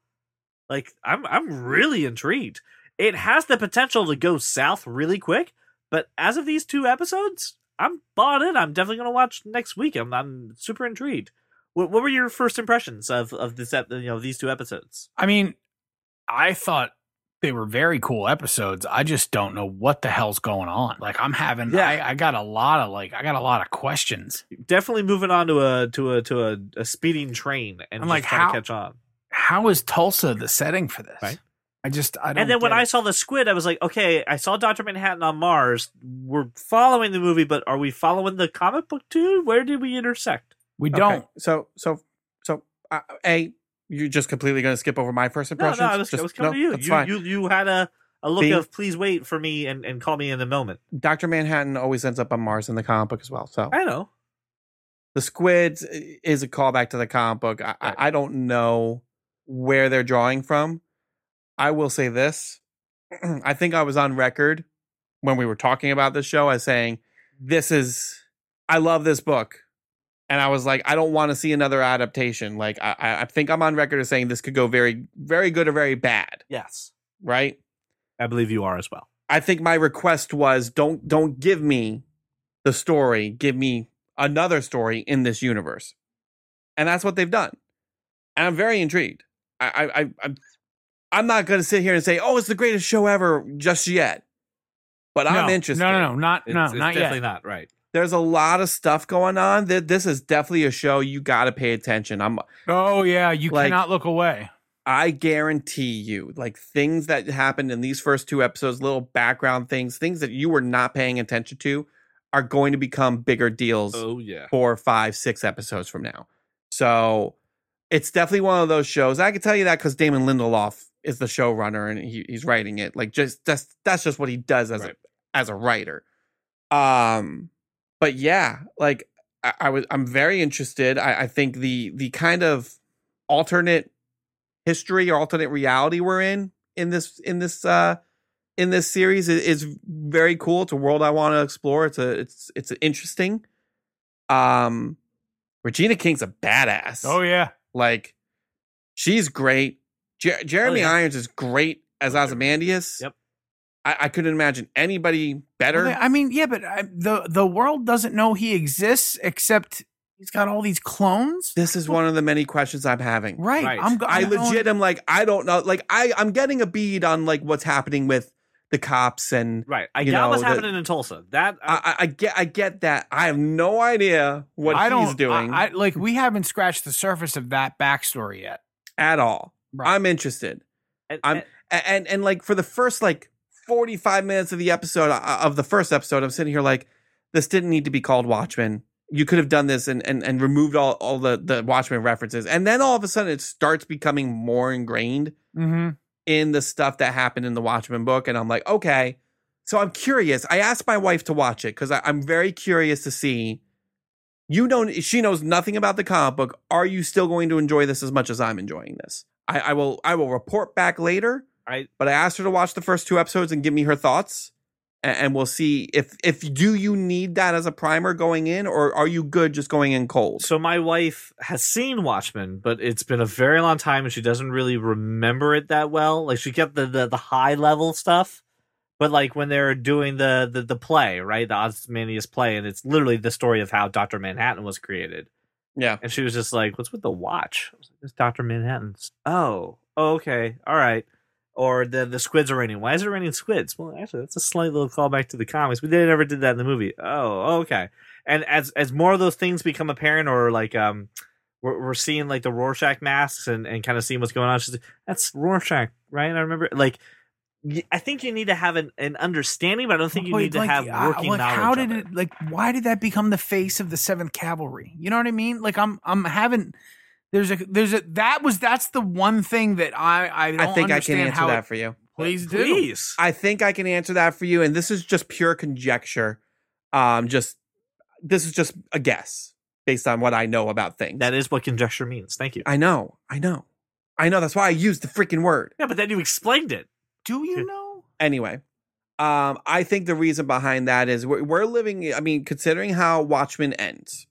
Speaker 2: Like I'm I'm really intrigued. It has the potential to go south really quick, but as of these two episodes, I'm bought in. I'm definitely gonna watch next week. I'm I'm super intrigued. What, what were your first impressions of of this ep- you know these two episodes?
Speaker 3: I mean, I thought they were very cool episodes. I just don't know what the hell's going on. Like I'm having
Speaker 2: Yeah.
Speaker 3: I, I got a lot of like I got a lot of questions.
Speaker 2: Definitely moving on to a to a to a, a speeding train and
Speaker 3: I'm
Speaker 2: just
Speaker 3: like,
Speaker 2: trying
Speaker 3: how-
Speaker 2: to catch on.
Speaker 3: How is Tulsa the setting for this?
Speaker 2: Right.
Speaker 3: I just I don't
Speaker 2: and then when
Speaker 3: get
Speaker 2: I
Speaker 3: it.
Speaker 2: saw the squid, I was like, okay, I saw Doctor Manhattan on Mars. We're following the movie, but are we following the comic book too? Where did we intersect?
Speaker 3: we
Speaker 4: Okay,
Speaker 3: don't
Speaker 4: So so so uh, a you're just completely going to skip over my first
Speaker 2: No,
Speaker 4: impressions.
Speaker 2: no, I was, I
Speaker 4: Just-
Speaker 2: was coming to
Speaker 4: no, that's
Speaker 2: you. You,
Speaker 4: fine.
Speaker 2: you. you had a, a look
Speaker 4: Bing.
Speaker 2: of please wait for me and, and call me in a moment.
Speaker 4: Doctor Manhattan always ends up on Mars in the comic book as well. So
Speaker 2: I know.
Speaker 4: the squids is a callback to the comic book. I, I
Speaker 2: Right.
Speaker 4: I don't know where they're drawing from. I will say this: I think I was on record when we were talking about this show as saying, "This is I love this book," and I was like, "I don't want to see another adaptation." Like I- I, I think I'm on record as saying this could go very, very good or very bad.
Speaker 2: Yes.
Speaker 4: Right?
Speaker 2: I believe you are as well.
Speaker 4: I think my request was don't don't give me the story, give me another story in this universe, and that's what they've done. And I'm very intrigued. I I, I I'm I'm not going to sit here and say, oh, it's the greatest show ever just yet, but I'm
Speaker 3: no,
Speaker 4: interested.
Speaker 3: No, no, no, not
Speaker 2: It's,
Speaker 3: no,
Speaker 2: it's
Speaker 3: not
Speaker 2: definitely
Speaker 3: yet.
Speaker 2: not right.
Speaker 4: There's a lot of stuff going on. Th- This is definitely a show you got to pay attention. I'm
Speaker 3: Oh yeah, you
Speaker 4: Like-
Speaker 3: cannot look away.
Speaker 4: I guarantee you, like things that happened in these first two episodes, little background things, things that you were not paying attention to, are going to become bigger deals
Speaker 2: Oh yeah.
Speaker 4: four, five, six episodes from now. So it's definitely one of those shows. I can tell you that because Damon Lindelof is the showrunner and he, he's writing it. Like just that's that's just what he does as
Speaker 2: Right.
Speaker 4: a as a writer. Um, but yeah, like I, I was, I'm very interested. I, I think the the kind of alternate history or alternate reality we're in in this in this uh in this series is, is very cool. It's a world I want to explore. It's a it's it's interesting. Um, Regina King's a badass.
Speaker 3: Oh yeah.
Speaker 4: Like, she's great.
Speaker 3: Oh,
Speaker 4: Jer- Jeremy
Speaker 2: yeah.
Speaker 4: Irons is great as Ozymandias.
Speaker 2: Yep.
Speaker 4: I, I couldn't imagine anybody better.
Speaker 3: Well, I mean, yeah, but I, the the world doesn't know he exists except he's got all these clones.
Speaker 4: This is one of the many questions I'm having.
Speaker 3: Right.
Speaker 2: Right.
Speaker 3: I'm, go-
Speaker 4: I
Speaker 3: I'm going-
Speaker 4: legit am like, I don't know. Like, I I'm getting a bead on like what's happening with the cops and
Speaker 2: Right. I
Speaker 4: You
Speaker 2: got what's
Speaker 4: know, the-
Speaker 2: happening in Tulsa. That uh,
Speaker 3: Uh,
Speaker 4: I, I, I get I get that. I have no idea what
Speaker 3: I
Speaker 4: he's
Speaker 3: don't-
Speaker 4: doing
Speaker 3: I, I- like we haven't scratched the surface of that backstory yet.
Speaker 4: at all.
Speaker 3: Right.
Speaker 4: I'm interested.
Speaker 2: and-
Speaker 4: I'm-
Speaker 2: and-
Speaker 4: A- and and like for the first like 45 minutes of the episode uh, of the first episode i'm sitting here like this didn't need to be called watchmen you could have done this and and, and removed all all the the watchmen references and then all of a sudden it starts becoming more ingrained
Speaker 3: Mm-hmm.
Speaker 4: in the stuff that happened in the watchmen book and i'm like okay so i'm curious i asked my wife to watch it because i'm very curious to see you know she knows nothing about the comic book are you still going to enjoy this as much as i'm enjoying this i, I will i will report back later
Speaker 2: I-
Speaker 4: but i asked her to watch the first two episodes and give me her thoughts a- and, we'll see if if do you need that as a primer going in or are you good just going in cold
Speaker 2: so my wife has seen Watchmen, but it's been a very long time, and she doesn't really remember it that well. Like she kept the the, the high level stuff, but like when they're doing the the, the play, right, the Ozymandias play, and it's literally the story of how Doctor Manhattan was created.
Speaker 4: yeah
Speaker 2: And she was just like, "What's with the watch?" I was like, "It's Doctor Manhattan's." Oh, oh, okay, all right. Or the the squids are raining. Why is it raining squids? Well, actually, that's a slight little callback to the comics. We they never did that in the movie. Oh, okay. And as as more of those things become apparent, or like um, we're, we're seeing like the Rorschach masks and and kind of seeing what's going on. She's like, "That's Rorschach, right?" I remember like. y- I think you need to have an, an understanding, but I don't think you
Speaker 3: Like,
Speaker 2: need to
Speaker 3: like,
Speaker 2: have
Speaker 3: uh,
Speaker 2: working
Speaker 3: like,
Speaker 2: knowledge.
Speaker 3: How did
Speaker 2: of
Speaker 3: it, like? Why did that become the face of the Seventh Cavalry? You know what I mean? Like I'm I'm having there's a there's a that was that's the one thing that I I don't
Speaker 4: i think i can
Speaker 3: understand
Speaker 4: answer
Speaker 3: how
Speaker 4: that for you
Speaker 3: Please do.
Speaker 2: Please.
Speaker 4: I think I can answer that for you. And this is just pure conjecture. Um, just this is just a guess based on what I know about things.
Speaker 2: That is what conjecture means. Thank you.
Speaker 4: I know, I know, I know. That's why I used the freaking word.
Speaker 2: Yeah, but then you explained it.
Speaker 3: Do you know?
Speaker 4: Anyway, um, I think the reason behind that is we're, we're living. I mean, considering how Watchmen ends,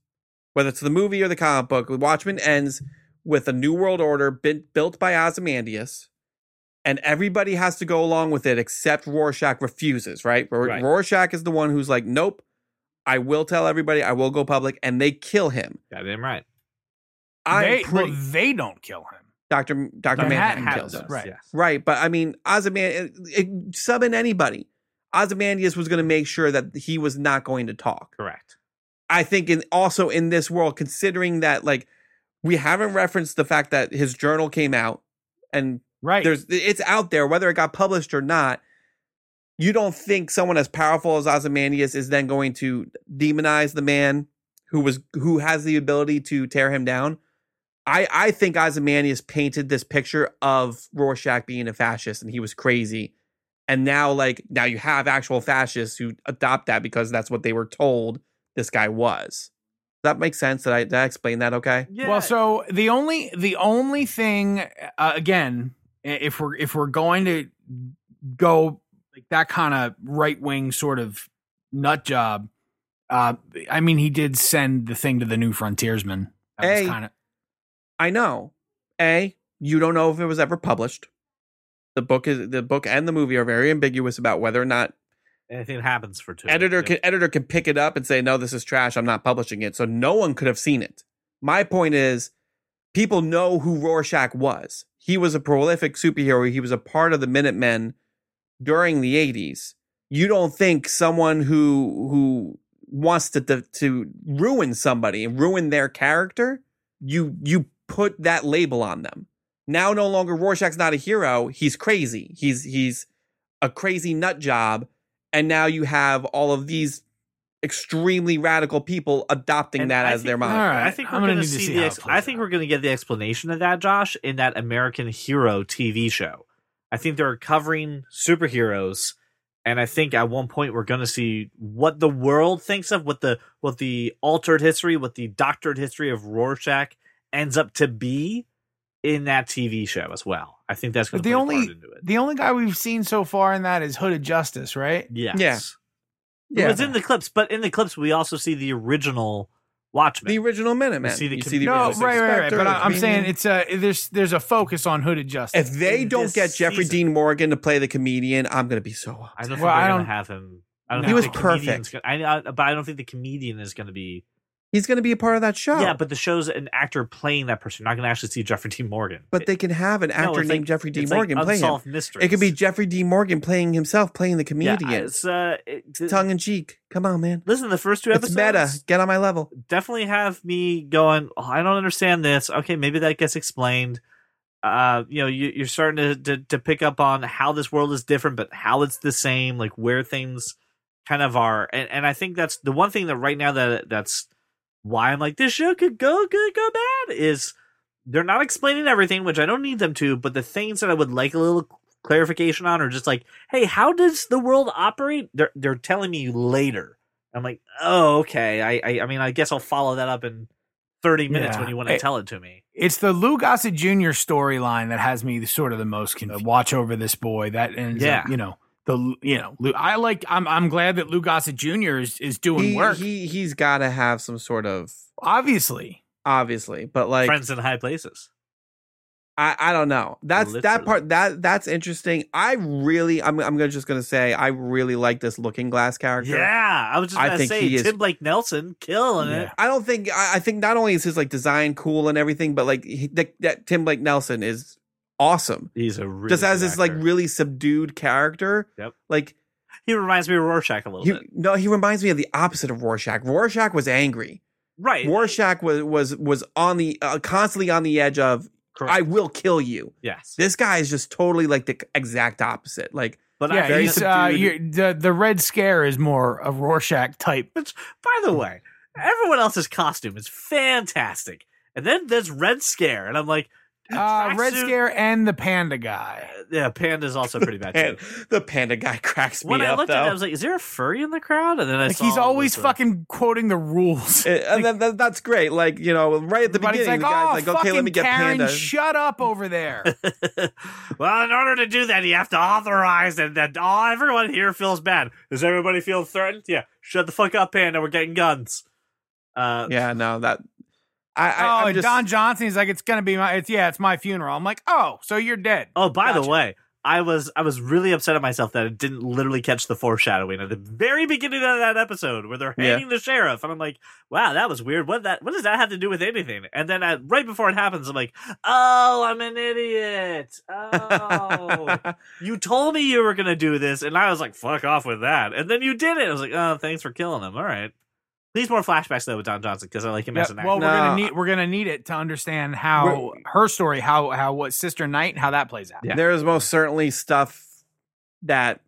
Speaker 4: whether it's the movie or the comic book, Watchmen ends with a new world order bit, built by Ozymandias. And everybody has to go along with it except Rorschach refuses, right? R-
Speaker 2: Right.
Speaker 4: Rorschach is the one who's like, nope, I will tell everybody, I will go public, and they kill him.
Speaker 2: Goddamn right.
Speaker 4: I'm
Speaker 3: they,
Speaker 4: pretty,
Speaker 3: well, they don't kill him.
Speaker 4: Dr. M- Dr.
Speaker 3: Manhattan
Speaker 4: Manhattan,
Speaker 3: happens,
Speaker 4: kills him.
Speaker 3: right.
Speaker 2: Yes.
Speaker 4: Right, but I mean, Ozymandias, eh, it, it, sub in anybody. Ozymandias was going to make sure that he was not going to talk.
Speaker 2: Correct.
Speaker 4: I think, in also in this world, considering that like we haven't referenced the fact that his journal came out and
Speaker 3: Right.
Speaker 4: there's it's out there whether it got published or not. You don't think someone as powerful as Ozymandias is then going to demonize the man who was who has the ability to tear him down? I I think Ozymandias painted this picture of Rorschach being a fascist and he was crazy. And now like now you have actual fascists who adopt that because that's what they were told this guy was. Does that make sense? Did I, did I explain that okay?
Speaker 2: Yeah.
Speaker 3: Well, so the only the only thing uh, again, i- if we're if we're going to go like that kind of right wing sort of nut job, uh, I mean, he did send the thing to the new frontiersman. That
Speaker 4: Hey.
Speaker 3: was kind of
Speaker 4: I know. A, you don't know if it was ever published. The book is the book and the movie are very ambiguous about whether or not
Speaker 2: anything happens for two.
Speaker 4: editor
Speaker 2: Yeah.
Speaker 4: can editor can pick it up and say no this is trash I'm not publishing it so no one could have seen it. My point is people know who Rorschach was. He was a prolific superhero. He was a part of the Minutemen during the 80s. You don't think someone who who wants to to, to ruin somebody and ruin their character, you you put that label on them. now no longer Rorschach's not a hero. He's crazy. He's he's a crazy nut job. And now you have all of these extremely radical people adopting
Speaker 2: And
Speaker 4: that
Speaker 2: I
Speaker 4: as their
Speaker 2: think-
Speaker 4: motto.
Speaker 3: All right,
Speaker 2: I think we're
Speaker 3: I'm
Speaker 2: going
Speaker 3: gonna
Speaker 2: to
Speaker 3: need to
Speaker 2: see
Speaker 3: see
Speaker 2: the.
Speaker 3: how
Speaker 2: Ex-
Speaker 3: it plays
Speaker 2: I think
Speaker 3: out.
Speaker 2: we're going to get the explanation of that, Josh, in that American Hero TV show. I think they're covering superheroes, and I think at one point we're going to see what the world thinks of what the what the altered history, what the doctored history of Rorschach ends up to be in that TV show as well. I think that's going
Speaker 3: But
Speaker 2: to
Speaker 3: the
Speaker 2: play a
Speaker 3: only-
Speaker 2: part into it.
Speaker 3: The only guy we've seen so far in that is Hood of Justice, right?
Speaker 2: Yes.
Speaker 4: Yeah.
Speaker 2: It
Speaker 4: Yeah.
Speaker 2: was in the clips, but in the clips we also see the original
Speaker 4: the
Speaker 2: Watchmen.
Speaker 4: original Minutemen.
Speaker 2: You see the
Speaker 3: No,
Speaker 4: original Six
Speaker 3: right, right, right.
Speaker 4: Spectre,
Speaker 3: But I, I'm
Speaker 4: Minutemen.
Speaker 3: saying it's a there's there's a focus on Hooded Justice.
Speaker 4: Mm-hmm. if they
Speaker 2: in
Speaker 4: don't
Speaker 2: this
Speaker 4: get Jeffrey
Speaker 2: season.
Speaker 4: Dean Morgan to play the comedian, I'm gonna be so upset.
Speaker 2: I don't think
Speaker 3: Well,
Speaker 2: they're
Speaker 3: I
Speaker 2: going
Speaker 3: don't-
Speaker 2: to have him. I don't think
Speaker 3: No. He was
Speaker 2: the comedian's Gonna, I, I, but I don't think the comedian is going to be.
Speaker 4: He's gonna be a part of that show.
Speaker 2: Yeah, but the show's an actor playing that person. You're not going to actually see Jeffrey Dean Morgan.
Speaker 4: But they can have an actor
Speaker 2: it's
Speaker 4: named
Speaker 2: like-
Speaker 4: Jeffrey D.
Speaker 2: It's
Speaker 4: Morgan
Speaker 2: like
Speaker 4: play him.
Speaker 2: unsolved mysteries.
Speaker 4: It could be Jeffrey D. Morgan playing himself, playing the
Speaker 2: Yeah,
Speaker 4: comedian.
Speaker 2: it's, uh, it-
Speaker 4: Tongue in cheek. Come on, man.
Speaker 2: Listen, the first two
Speaker 4: It's
Speaker 2: episodes
Speaker 4: meta. Get on my level.
Speaker 2: definitely have me going. Oh, I don't understand this. Okay, maybe that gets explained. Uh, you know, you, you're starting to, to to pick up on how this world is different, but how it's the same. Like where things kind of are, and and I think that's the one thing that right now that that's why I'm like this show could go good, go bad is they're not explaining everything, which I don't need them to. But the things that I would like a little clarification on are just like, hey, how does the world operate? They're they're telling me later. I'm like, oh, okay. I I, I mean, I guess I'll follow that up in 30 minutes
Speaker 3: Yeah.
Speaker 2: when you want to
Speaker 3: It-
Speaker 2: tell it to me.
Speaker 3: It's the Lou Gossett Jr. storyline that has me sort of the most confused. Watch over this boy. That ends
Speaker 2: Yeah.
Speaker 3: up, you know, the you know, Lou, I like. I'm I'm glad that Lou Gossett Jr. is is doing
Speaker 4: He,
Speaker 3: work.
Speaker 4: he he's got to have some sort of
Speaker 3: obviously,
Speaker 4: obviously, but like
Speaker 2: Friends in high places.
Speaker 4: I I don't know. That's that
Speaker 2: Literally.
Speaker 4: part that that's interesting. I really I'm I'm gonna just gonna say I really like this Looking Glass character.
Speaker 2: Yeah, I was just
Speaker 4: I
Speaker 2: gonna
Speaker 4: think
Speaker 2: say
Speaker 4: he is-
Speaker 2: Tim Blake Nelson killing it.
Speaker 3: Yeah.
Speaker 4: I don't think I, I think not only is his like design cool and everything, but like he, that, that Tim Blake Nelson is awesome.
Speaker 2: He's a really
Speaker 4: just as
Speaker 2: good
Speaker 4: this like
Speaker 2: actor.
Speaker 4: really subdued character.
Speaker 2: Yep.
Speaker 4: Like
Speaker 2: he reminds me of Rorschach a little
Speaker 4: he,
Speaker 2: bit.
Speaker 4: no, he reminds me of the opposite of Rorschach. Rorschach was angry.
Speaker 2: Right.
Speaker 4: Rorschach was was was on the uh, constantly on the edge of I
Speaker 2: Correct.
Speaker 4: will kill you.
Speaker 2: yes.
Speaker 4: This guy is just totally like the exact opposite. Like
Speaker 2: But I,
Speaker 3: yeah,
Speaker 4: very
Speaker 3: he's, uh,
Speaker 4: subdued.
Speaker 3: you're, the the Red Scare is more a Rorschach type.
Speaker 2: Which, by the way, everyone else's costume is fantastic. And then there's Red Scare, and I'm like,
Speaker 3: Uh, Red
Speaker 2: tracksuit-
Speaker 3: Scare and the Panda guy.
Speaker 2: Yeah, Panda's also pretty bad
Speaker 4: pan,
Speaker 2: too.
Speaker 4: the panda guy cracks me
Speaker 2: When I
Speaker 4: up
Speaker 2: looked
Speaker 4: though.
Speaker 2: at it, I was like, "Is there a furry in the crowd?" And then I
Speaker 3: Like
Speaker 2: saw
Speaker 3: he's
Speaker 2: it
Speaker 3: always
Speaker 2: was a-
Speaker 3: fucking quoting the rules.
Speaker 4: Uh, and then, that, that's great. Like you know, right at the
Speaker 3: But it's like,
Speaker 4: beginning, the guy's
Speaker 3: oh,
Speaker 4: like, "Okay, let
Speaker 3: fucking
Speaker 4: me get
Speaker 3: Karen,
Speaker 4: panda."
Speaker 3: shut up over there.
Speaker 2: well, in order to do that, you have to authorize, and that all everyone here feels bad. Does everybody feel threatened? Yeah, shut the fuck up, Panda. We're getting guns. Uh,
Speaker 4: yeah, no, that I, I
Speaker 3: oh,
Speaker 4: I'm
Speaker 3: and
Speaker 4: just,
Speaker 3: Don Johnson is like, it's gonna be my, it's yeah, it's my funeral. I'm like, oh, so you're dead.
Speaker 2: Oh, by the
Speaker 3: Gotcha.
Speaker 2: way, I was I was really upset at myself that I didn't literally catch the foreshadowing at the very beginning of that episode where they're
Speaker 4: Yeah.
Speaker 2: hanging the sheriff, and I'm like, wow, that was weird. What that what does that have to do with anything? And then I, right before it happens, I'm like, oh, I'm an idiot. Oh. you told me you were gonna do this, and I was like, "Fuck off with that." And then you did it. I was like, "Oh, thanks for killing him." All right. Please more flashbacks though with Don Johnson because I like him
Speaker 3: Yeah,
Speaker 2: as an actor.
Speaker 3: well, we're
Speaker 4: No.
Speaker 3: gonna need we're gonna need it to understand how her story, how how what Sister Knight, how that plays out.
Speaker 2: Yeah.
Speaker 4: there is most certainly stuff that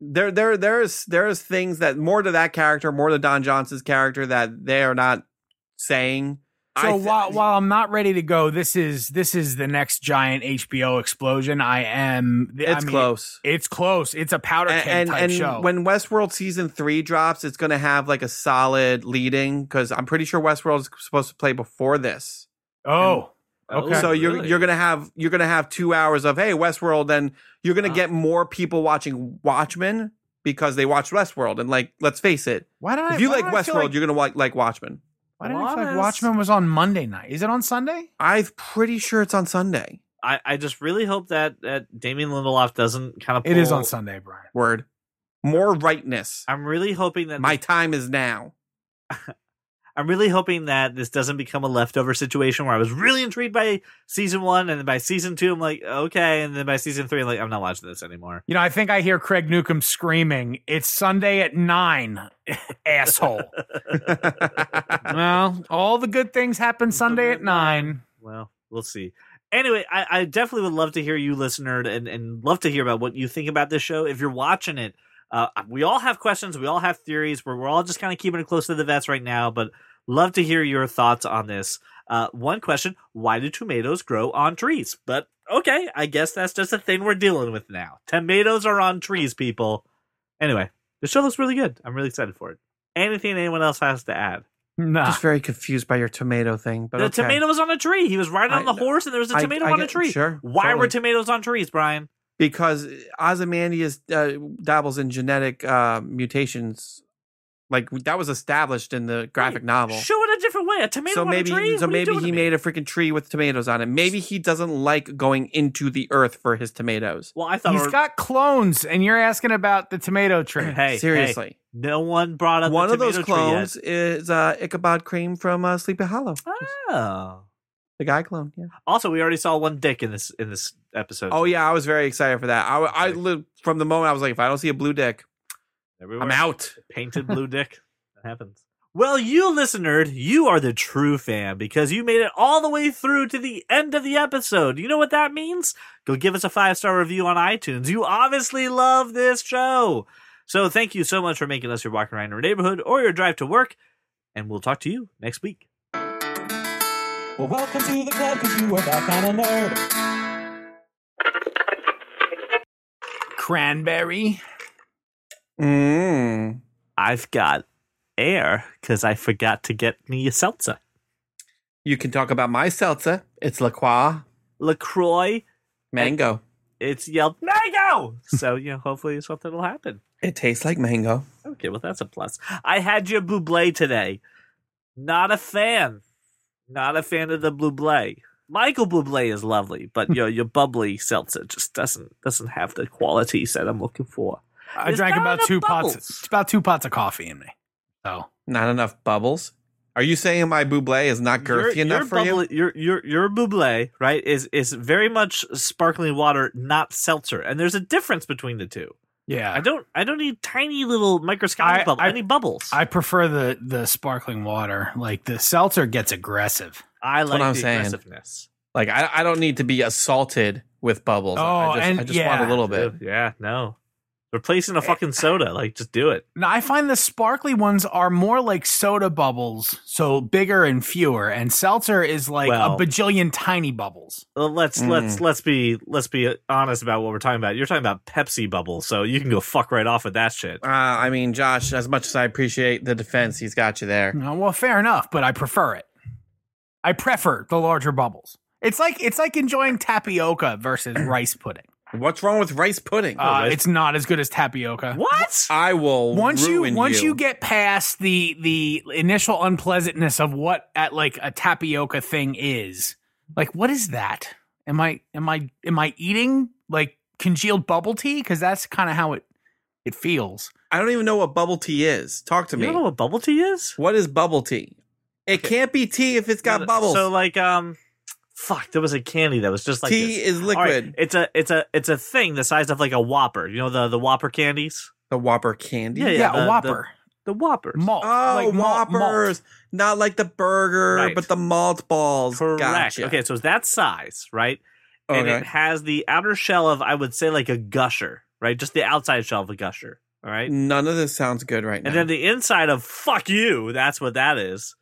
Speaker 4: there there there's there's things that more to that character, more to Don Johnson's character that they are not saying.
Speaker 3: So
Speaker 4: I thi-
Speaker 3: while while I'm not ready to go, this is this is the next giant HBO explosion. I am. I
Speaker 4: it's
Speaker 3: mean,
Speaker 4: close.
Speaker 3: It's close. It's a powder keg
Speaker 4: and
Speaker 3: type
Speaker 4: and
Speaker 3: show.
Speaker 4: when Westworld season three drops, it's going to have like a solid leading because I'm pretty sure Westworld is supposed to play before this.
Speaker 3: oh, Okay.
Speaker 4: so you're you're gonna have you're gonna have two hours of hey Westworld, and you're gonna
Speaker 3: Uh-huh.
Speaker 2: Wow.
Speaker 4: get more people watching Watchmen because they watched Westworld, and like let's face it,
Speaker 3: why don't I?
Speaker 4: if you
Speaker 3: why
Speaker 4: like
Speaker 3: don't I feel
Speaker 4: Westworld, you're gonna like like Watchmen.
Speaker 3: why didn't I feel like
Speaker 2: Wallace.
Speaker 3: Watchmen was on Monday night? Is it on Sunday?
Speaker 4: I'm pretty sure it's on Sunday.
Speaker 2: I, I just really hope that that Damien Lindelof doesn't kind of.
Speaker 3: It
Speaker 4: Oh.
Speaker 3: is on Sunday, Brian.
Speaker 4: Word, more rightness.
Speaker 2: I'm really hoping that
Speaker 4: My time is now.
Speaker 2: I'm really hoping that this doesn't become a leftover situation where I was really intrigued by season one, and then by season two, I'm like, okay, and then by season three, I'm like, I'm not watching this anymore.
Speaker 3: You know, I think I hear Craig Newcomb screaming, "It's Sunday at nine, asshole!" well, all the good things happen Sunday at nine.
Speaker 2: Well, we'll see. Anyway, I, I definitely would love to hear you, listener, and, and love to hear about what you think about this show. If you're watching it, uh, we all have questions, we all have theories, we're, we're all just kind of keeping it close to the vest right now, but love to hear your thoughts on this. Uh, one question Why do tomatoes grow on trees? But okay, I guess that's just a thing we're dealing with now. Tomatoes are on trees, people. Anyway, the show looks really good. I'm really excited for it. Anything anyone else has to add?
Speaker 3: Nah.
Speaker 4: Just very confused by your tomato thing, but
Speaker 2: Ah. the
Speaker 4: okay.
Speaker 2: tomato was on a tree. He was riding
Speaker 4: I
Speaker 2: on the
Speaker 4: know.
Speaker 2: horse, and there was a
Speaker 4: I-
Speaker 2: tomato
Speaker 4: I
Speaker 2: on a
Speaker 4: get-
Speaker 2: tree.
Speaker 4: sure,
Speaker 2: Why were
Speaker 4: totally.
Speaker 2: tomatoes on trees, Brian?
Speaker 4: because Ozymandias uh, dabbles in genetic uh, mutations. Like that was established in the graphic novel.
Speaker 2: Show it a different way. A tomato
Speaker 4: so
Speaker 2: on
Speaker 4: maybe,
Speaker 2: a tree.
Speaker 4: so
Speaker 2: What are you
Speaker 4: maybe
Speaker 2: doing to
Speaker 4: he
Speaker 2: me?
Speaker 4: made a freaking tree with tomatoes on it. Maybe he doesn't like going into the earth for his tomatoes.
Speaker 2: Well, I thought.
Speaker 3: He's
Speaker 2: we
Speaker 3: got clones, and you're asking about the tomato
Speaker 2: were,
Speaker 3: tree.
Speaker 2: hey, hey,
Speaker 4: Seriously,
Speaker 2: no one brought up
Speaker 4: one
Speaker 2: the
Speaker 4: of those
Speaker 2: tomato tree
Speaker 4: clones is uh, Ichabod Crane from uh, Sleepy Hollow,
Speaker 2: yet. Oh.
Speaker 4: the guy clone. Yeah.
Speaker 2: Also, we already saw one dick in this in this episode.
Speaker 4: Oh yeah, I was very excited for that. I, I li- from the moment I was like, if I don't see a blue dick,
Speaker 2: There we
Speaker 4: I'm
Speaker 2: were.
Speaker 4: out.
Speaker 2: painted blue dick. That happens. Well, you listener, you are the true fan because you made it all the way through to the end of the episode. You know what that means? Go give us a five star review on iTunes. You obviously love this show. So thank you so much for making us your walk around your neighborhood or your drive to work. And we'll talk to you next week.
Speaker 1: Well, welcome to the club because you are that kind of nerd.
Speaker 3: Cranberry.
Speaker 4: Mm.
Speaker 2: I've got air because I forgot to get me a seltzer.
Speaker 4: You can talk about my seltzer. It's La Croix
Speaker 2: LaCroix,
Speaker 4: mango.
Speaker 2: it's yelled mango. so, you know, hopefully something will happen.
Speaker 4: It tastes like mango.
Speaker 2: Okay, well that's a plus. I had your buble today. Not a fan. Not a fan of the buble. Michael Bublé is lovely,
Speaker 4: Hmm.
Speaker 2: but your your bubbly seltzer just doesn't doesn't have the qualities that I'm looking for.
Speaker 3: I
Speaker 2: There's
Speaker 3: drank
Speaker 2: not
Speaker 3: about
Speaker 2: enough
Speaker 3: two
Speaker 2: bubbles.
Speaker 3: pots. It's about two pots of coffee in me. So
Speaker 4: Not enough bubbles. Are you saying my buble is not girthy
Speaker 2: your,
Speaker 4: enough for you?
Speaker 2: bubbly- Your your your buble right is is very much sparkling water, not seltzer, and there's a difference between the two. I
Speaker 3: yeah,
Speaker 2: don't I don't need tiny little microscopic
Speaker 3: I-
Speaker 2: bubbles. I,
Speaker 3: I-
Speaker 2: need bubbles.
Speaker 3: I prefer the the sparkling water. Like the seltzer gets aggressive.
Speaker 2: I like
Speaker 4: what I'm
Speaker 2: the
Speaker 4: saying.
Speaker 2: aggressiveness.
Speaker 4: Like I, I don't need to be assaulted with bubbles. I
Speaker 3: Oh,
Speaker 4: just, I
Speaker 3: and
Speaker 4: just want
Speaker 3: yeah.
Speaker 4: a little bit.
Speaker 2: Yeah, no. Replacing a fucking soda, like just do it.
Speaker 3: Now I find the sparkly ones are more like soda bubbles, so bigger and fewer, and seltzer is like
Speaker 2: Well-
Speaker 3: a bajillion tiny bubbles.
Speaker 2: Well, let's
Speaker 4: Mm.
Speaker 2: let's let's be let's be honest about what we're talking about. You're talking about Pepsi bubbles, so you can go fuck right off with that shit.
Speaker 4: Uh, I mean, Josh, as much as I appreciate the defense, he's got you there.
Speaker 3: No, well, fair enough, but I prefer it. I prefer the larger bubbles. It's like it's like enjoying tapioca versus rice pudding.
Speaker 4: What's wrong with rice pudding?
Speaker 3: Uh,
Speaker 2: Oh, rice-
Speaker 3: It's not as good as tapioca.
Speaker 2: What?
Speaker 4: I will
Speaker 3: Once you
Speaker 4: ruin
Speaker 3: once you. get past the the initial unpleasantness of what at like a tapioca thing is, like what is that? Am I am I am I eating like congealed bubble tea? Because that's kind of how it it feels.
Speaker 4: I don't even know what bubble tea is. Talk to
Speaker 2: You
Speaker 4: me.
Speaker 2: don't know what bubble tea is?
Speaker 4: What is bubble tea? It can't be tea if it's got
Speaker 2: No,
Speaker 4: bubbles.
Speaker 2: So like um, fuck. There was a candy that was just like
Speaker 4: tea
Speaker 2: this.
Speaker 4: is
Speaker 2: All right,
Speaker 4: liquid.
Speaker 2: it's a it's a it's a thing the size of like a Whopper. You know the the Whopper candies,
Speaker 4: The Whopper candy.
Speaker 2: Yeah,
Speaker 3: Yeah,
Speaker 2: the- the-
Speaker 3: a Whopper
Speaker 2: the Whoppers.
Speaker 3: malt.
Speaker 4: Oh,
Speaker 3: like malt- malt.
Speaker 4: whoppers! Not like the burger,
Speaker 2: Right.
Speaker 4: but the malt balls.
Speaker 2: Correct.
Speaker 4: Gotcha.
Speaker 2: Okay, so it's that size, right? And
Speaker 4: Okay.
Speaker 2: it has the outer shell of I would say like a gusher, right? Just the outside shell of a gusher. All right.
Speaker 4: None of this sounds good right now.
Speaker 2: And then the inside of fuck you, that's what that is.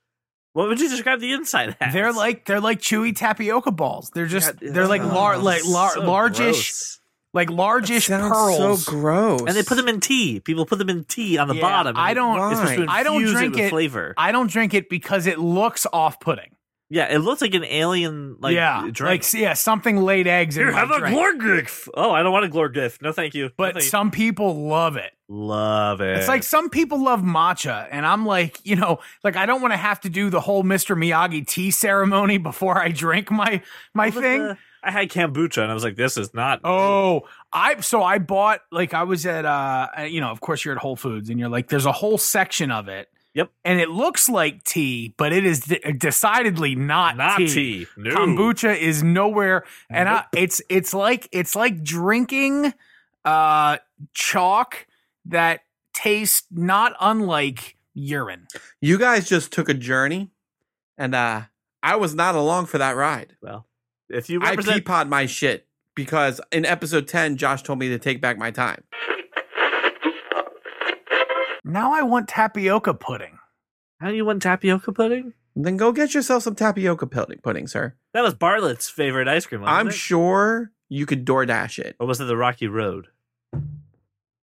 Speaker 2: What would you describe the inside as?
Speaker 3: They're like they're like chewy tapioca balls. They're just
Speaker 2: Yeah,
Speaker 3: they're like
Speaker 2: oh,
Speaker 3: lar- like lar-
Speaker 2: so
Speaker 3: largish
Speaker 2: gross.
Speaker 3: like largish
Speaker 4: sounds
Speaker 3: pearls.
Speaker 4: so gross.
Speaker 2: And they put them in tea. People put them in tea on the
Speaker 3: Yeah,
Speaker 2: bottom.
Speaker 3: I don't-
Speaker 2: It's supposed to
Speaker 4: Why?
Speaker 3: I don't
Speaker 2: infuse
Speaker 3: drink
Speaker 2: it with
Speaker 3: it.
Speaker 2: flavor.
Speaker 3: I don't drink it because it looks off-putting.
Speaker 2: yeah, it looks like an alien like
Speaker 3: yeah,
Speaker 2: drink.
Speaker 3: like yeah, something laid eggs. in
Speaker 2: Here,
Speaker 3: my
Speaker 2: have a
Speaker 3: drink.
Speaker 2: Glorgif. Oh, I don't want a Glorgif. No, thank you. No,
Speaker 3: But
Speaker 2: thank you.
Speaker 3: some people love it.
Speaker 2: love it.
Speaker 3: It's like some people love matcha, and I'm like, you know, like I don't want to have to do the whole Mr. Miyagi tea ceremony before I drink my my
Speaker 2: What was
Speaker 3: thing.
Speaker 2: the- I had kombucha and I was like, this is not.
Speaker 3: Oh, I so I bought like I was at uh you know, of course you're at Whole Foods and you're like there's a whole section of it.
Speaker 2: Yep.
Speaker 3: And it looks like tea, but it is de- decidedly not,
Speaker 2: not tea.
Speaker 3: tea.
Speaker 2: No.
Speaker 3: Kombucha is nowhere and
Speaker 2: Nope.
Speaker 3: I, it's it's like it's like drinking uh chalk that tastes not unlike urine.
Speaker 4: You guys just took a journey, and uh, I was not along for that ride.
Speaker 2: Well, If you
Speaker 4: I
Speaker 2: represent
Speaker 4: peapod my shit because in episode 10, Josh told me to take back my time.
Speaker 3: Now I want tapioca pudding.
Speaker 2: How do you want tapioca pudding?
Speaker 4: Then go get yourself some tapioca pudding, pudding sir.
Speaker 2: That was Bartlett's favorite ice cream. wasn't
Speaker 4: I'm
Speaker 2: it?
Speaker 4: sure you could DoorDash it.
Speaker 2: Or was it the Rocky Road?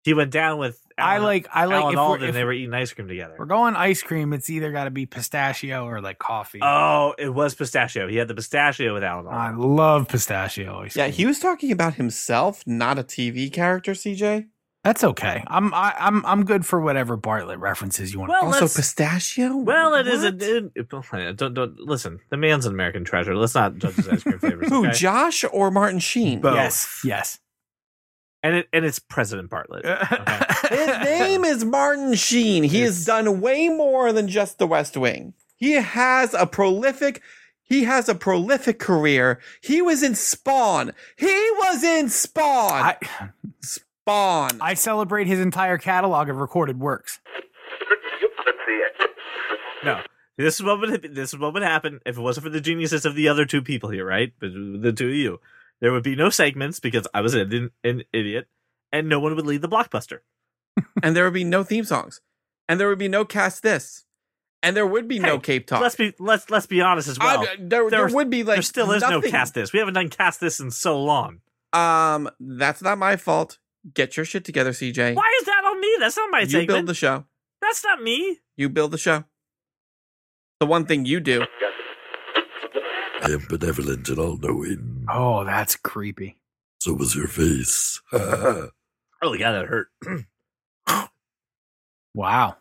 Speaker 2: He went down with
Speaker 3: I
Speaker 2: Alan-
Speaker 3: like. I like.
Speaker 2: Alan
Speaker 3: If
Speaker 2: Alden.
Speaker 3: we're, if
Speaker 2: they were eating ice cream together.
Speaker 3: we're going ice cream, it's either got to be pistachio or like coffee.
Speaker 2: Oh, it was pistachio. He had the pistachio with Alan
Speaker 3: I
Speaker 2: Alden.
Speaker 3: love pistachio ice cream.
Speaker 4: Yeah, he was talking about himself, not a TV character, CJ.
Speaker 3: That's okay. I'm I, I'm I'm good for whatever Bartlett references you want.
Speaker 2: Well,
Speaker 4: also,
Speaker 2: let's-
Speaker 4: pistachio?
Speaker 2: Well, it is
Speaker 4: What?
Speaker 2: a it- it- don't don't listen. The man's an American treasure. Let's not judge his ice cream flavors.
Speaker 4: Who,
Speaker 2: okay?
Speaker 4: Josh or Martin Sheen?
Speaker 2: Both.
Speaker 3: yes, yes.
Speaker 2: and it and it's President Bartlett. Okay.
Speaker 4: His name is Martin Sheen. He has done way more than just The West Wing. He has a prolific he has a prolific career. He was in Spawn. He was in Spawn.
Speaker 3: I
Speaker 4: Spawn.
Speaker 3: I celebrate his entire catalog of recorded works.
Speaker 2: No. This is what would this is what would happen if it wasn't for the geniuses of the other two people here, right? But The two of you, there would be no segments because I was an, an idiot, and no one would lead the blockbuster.
Speaker 4: and there would be no theme songs. And there would be no cast this. And there would be no
Speaker 2: Hey,
Speaker 4: Cape Talk.
Speaker 2: Let's be let's let's be honest as
Speaker 4: I-
Speaker 2: well.
Speaker 4: there, there
Speaker 2: there-
Speaker 4: would be uh, like
Speaker 2: there still is no
Speaker 4: nothing.
Speaker 2: cast this. We haven't done cast this in so long.
Speaker 4: Um, that's not my fault. Get your shit together, CJ.
Speaker 2: Why is that on me? That's not my
Speaker 4: you
Speaker 2: segment.
Speaker 4: build the show.
Speaker 2: That's not me.
Speaker 4: You build the show. The one thing you do.
Speaker 5: I am benevolent and all knowing.
Speaker 3: Oh, that's creepy.
Speaker 5: So was your face.
Speaker 2: Oh yeah, that hurt.
Speaker 3: Wow.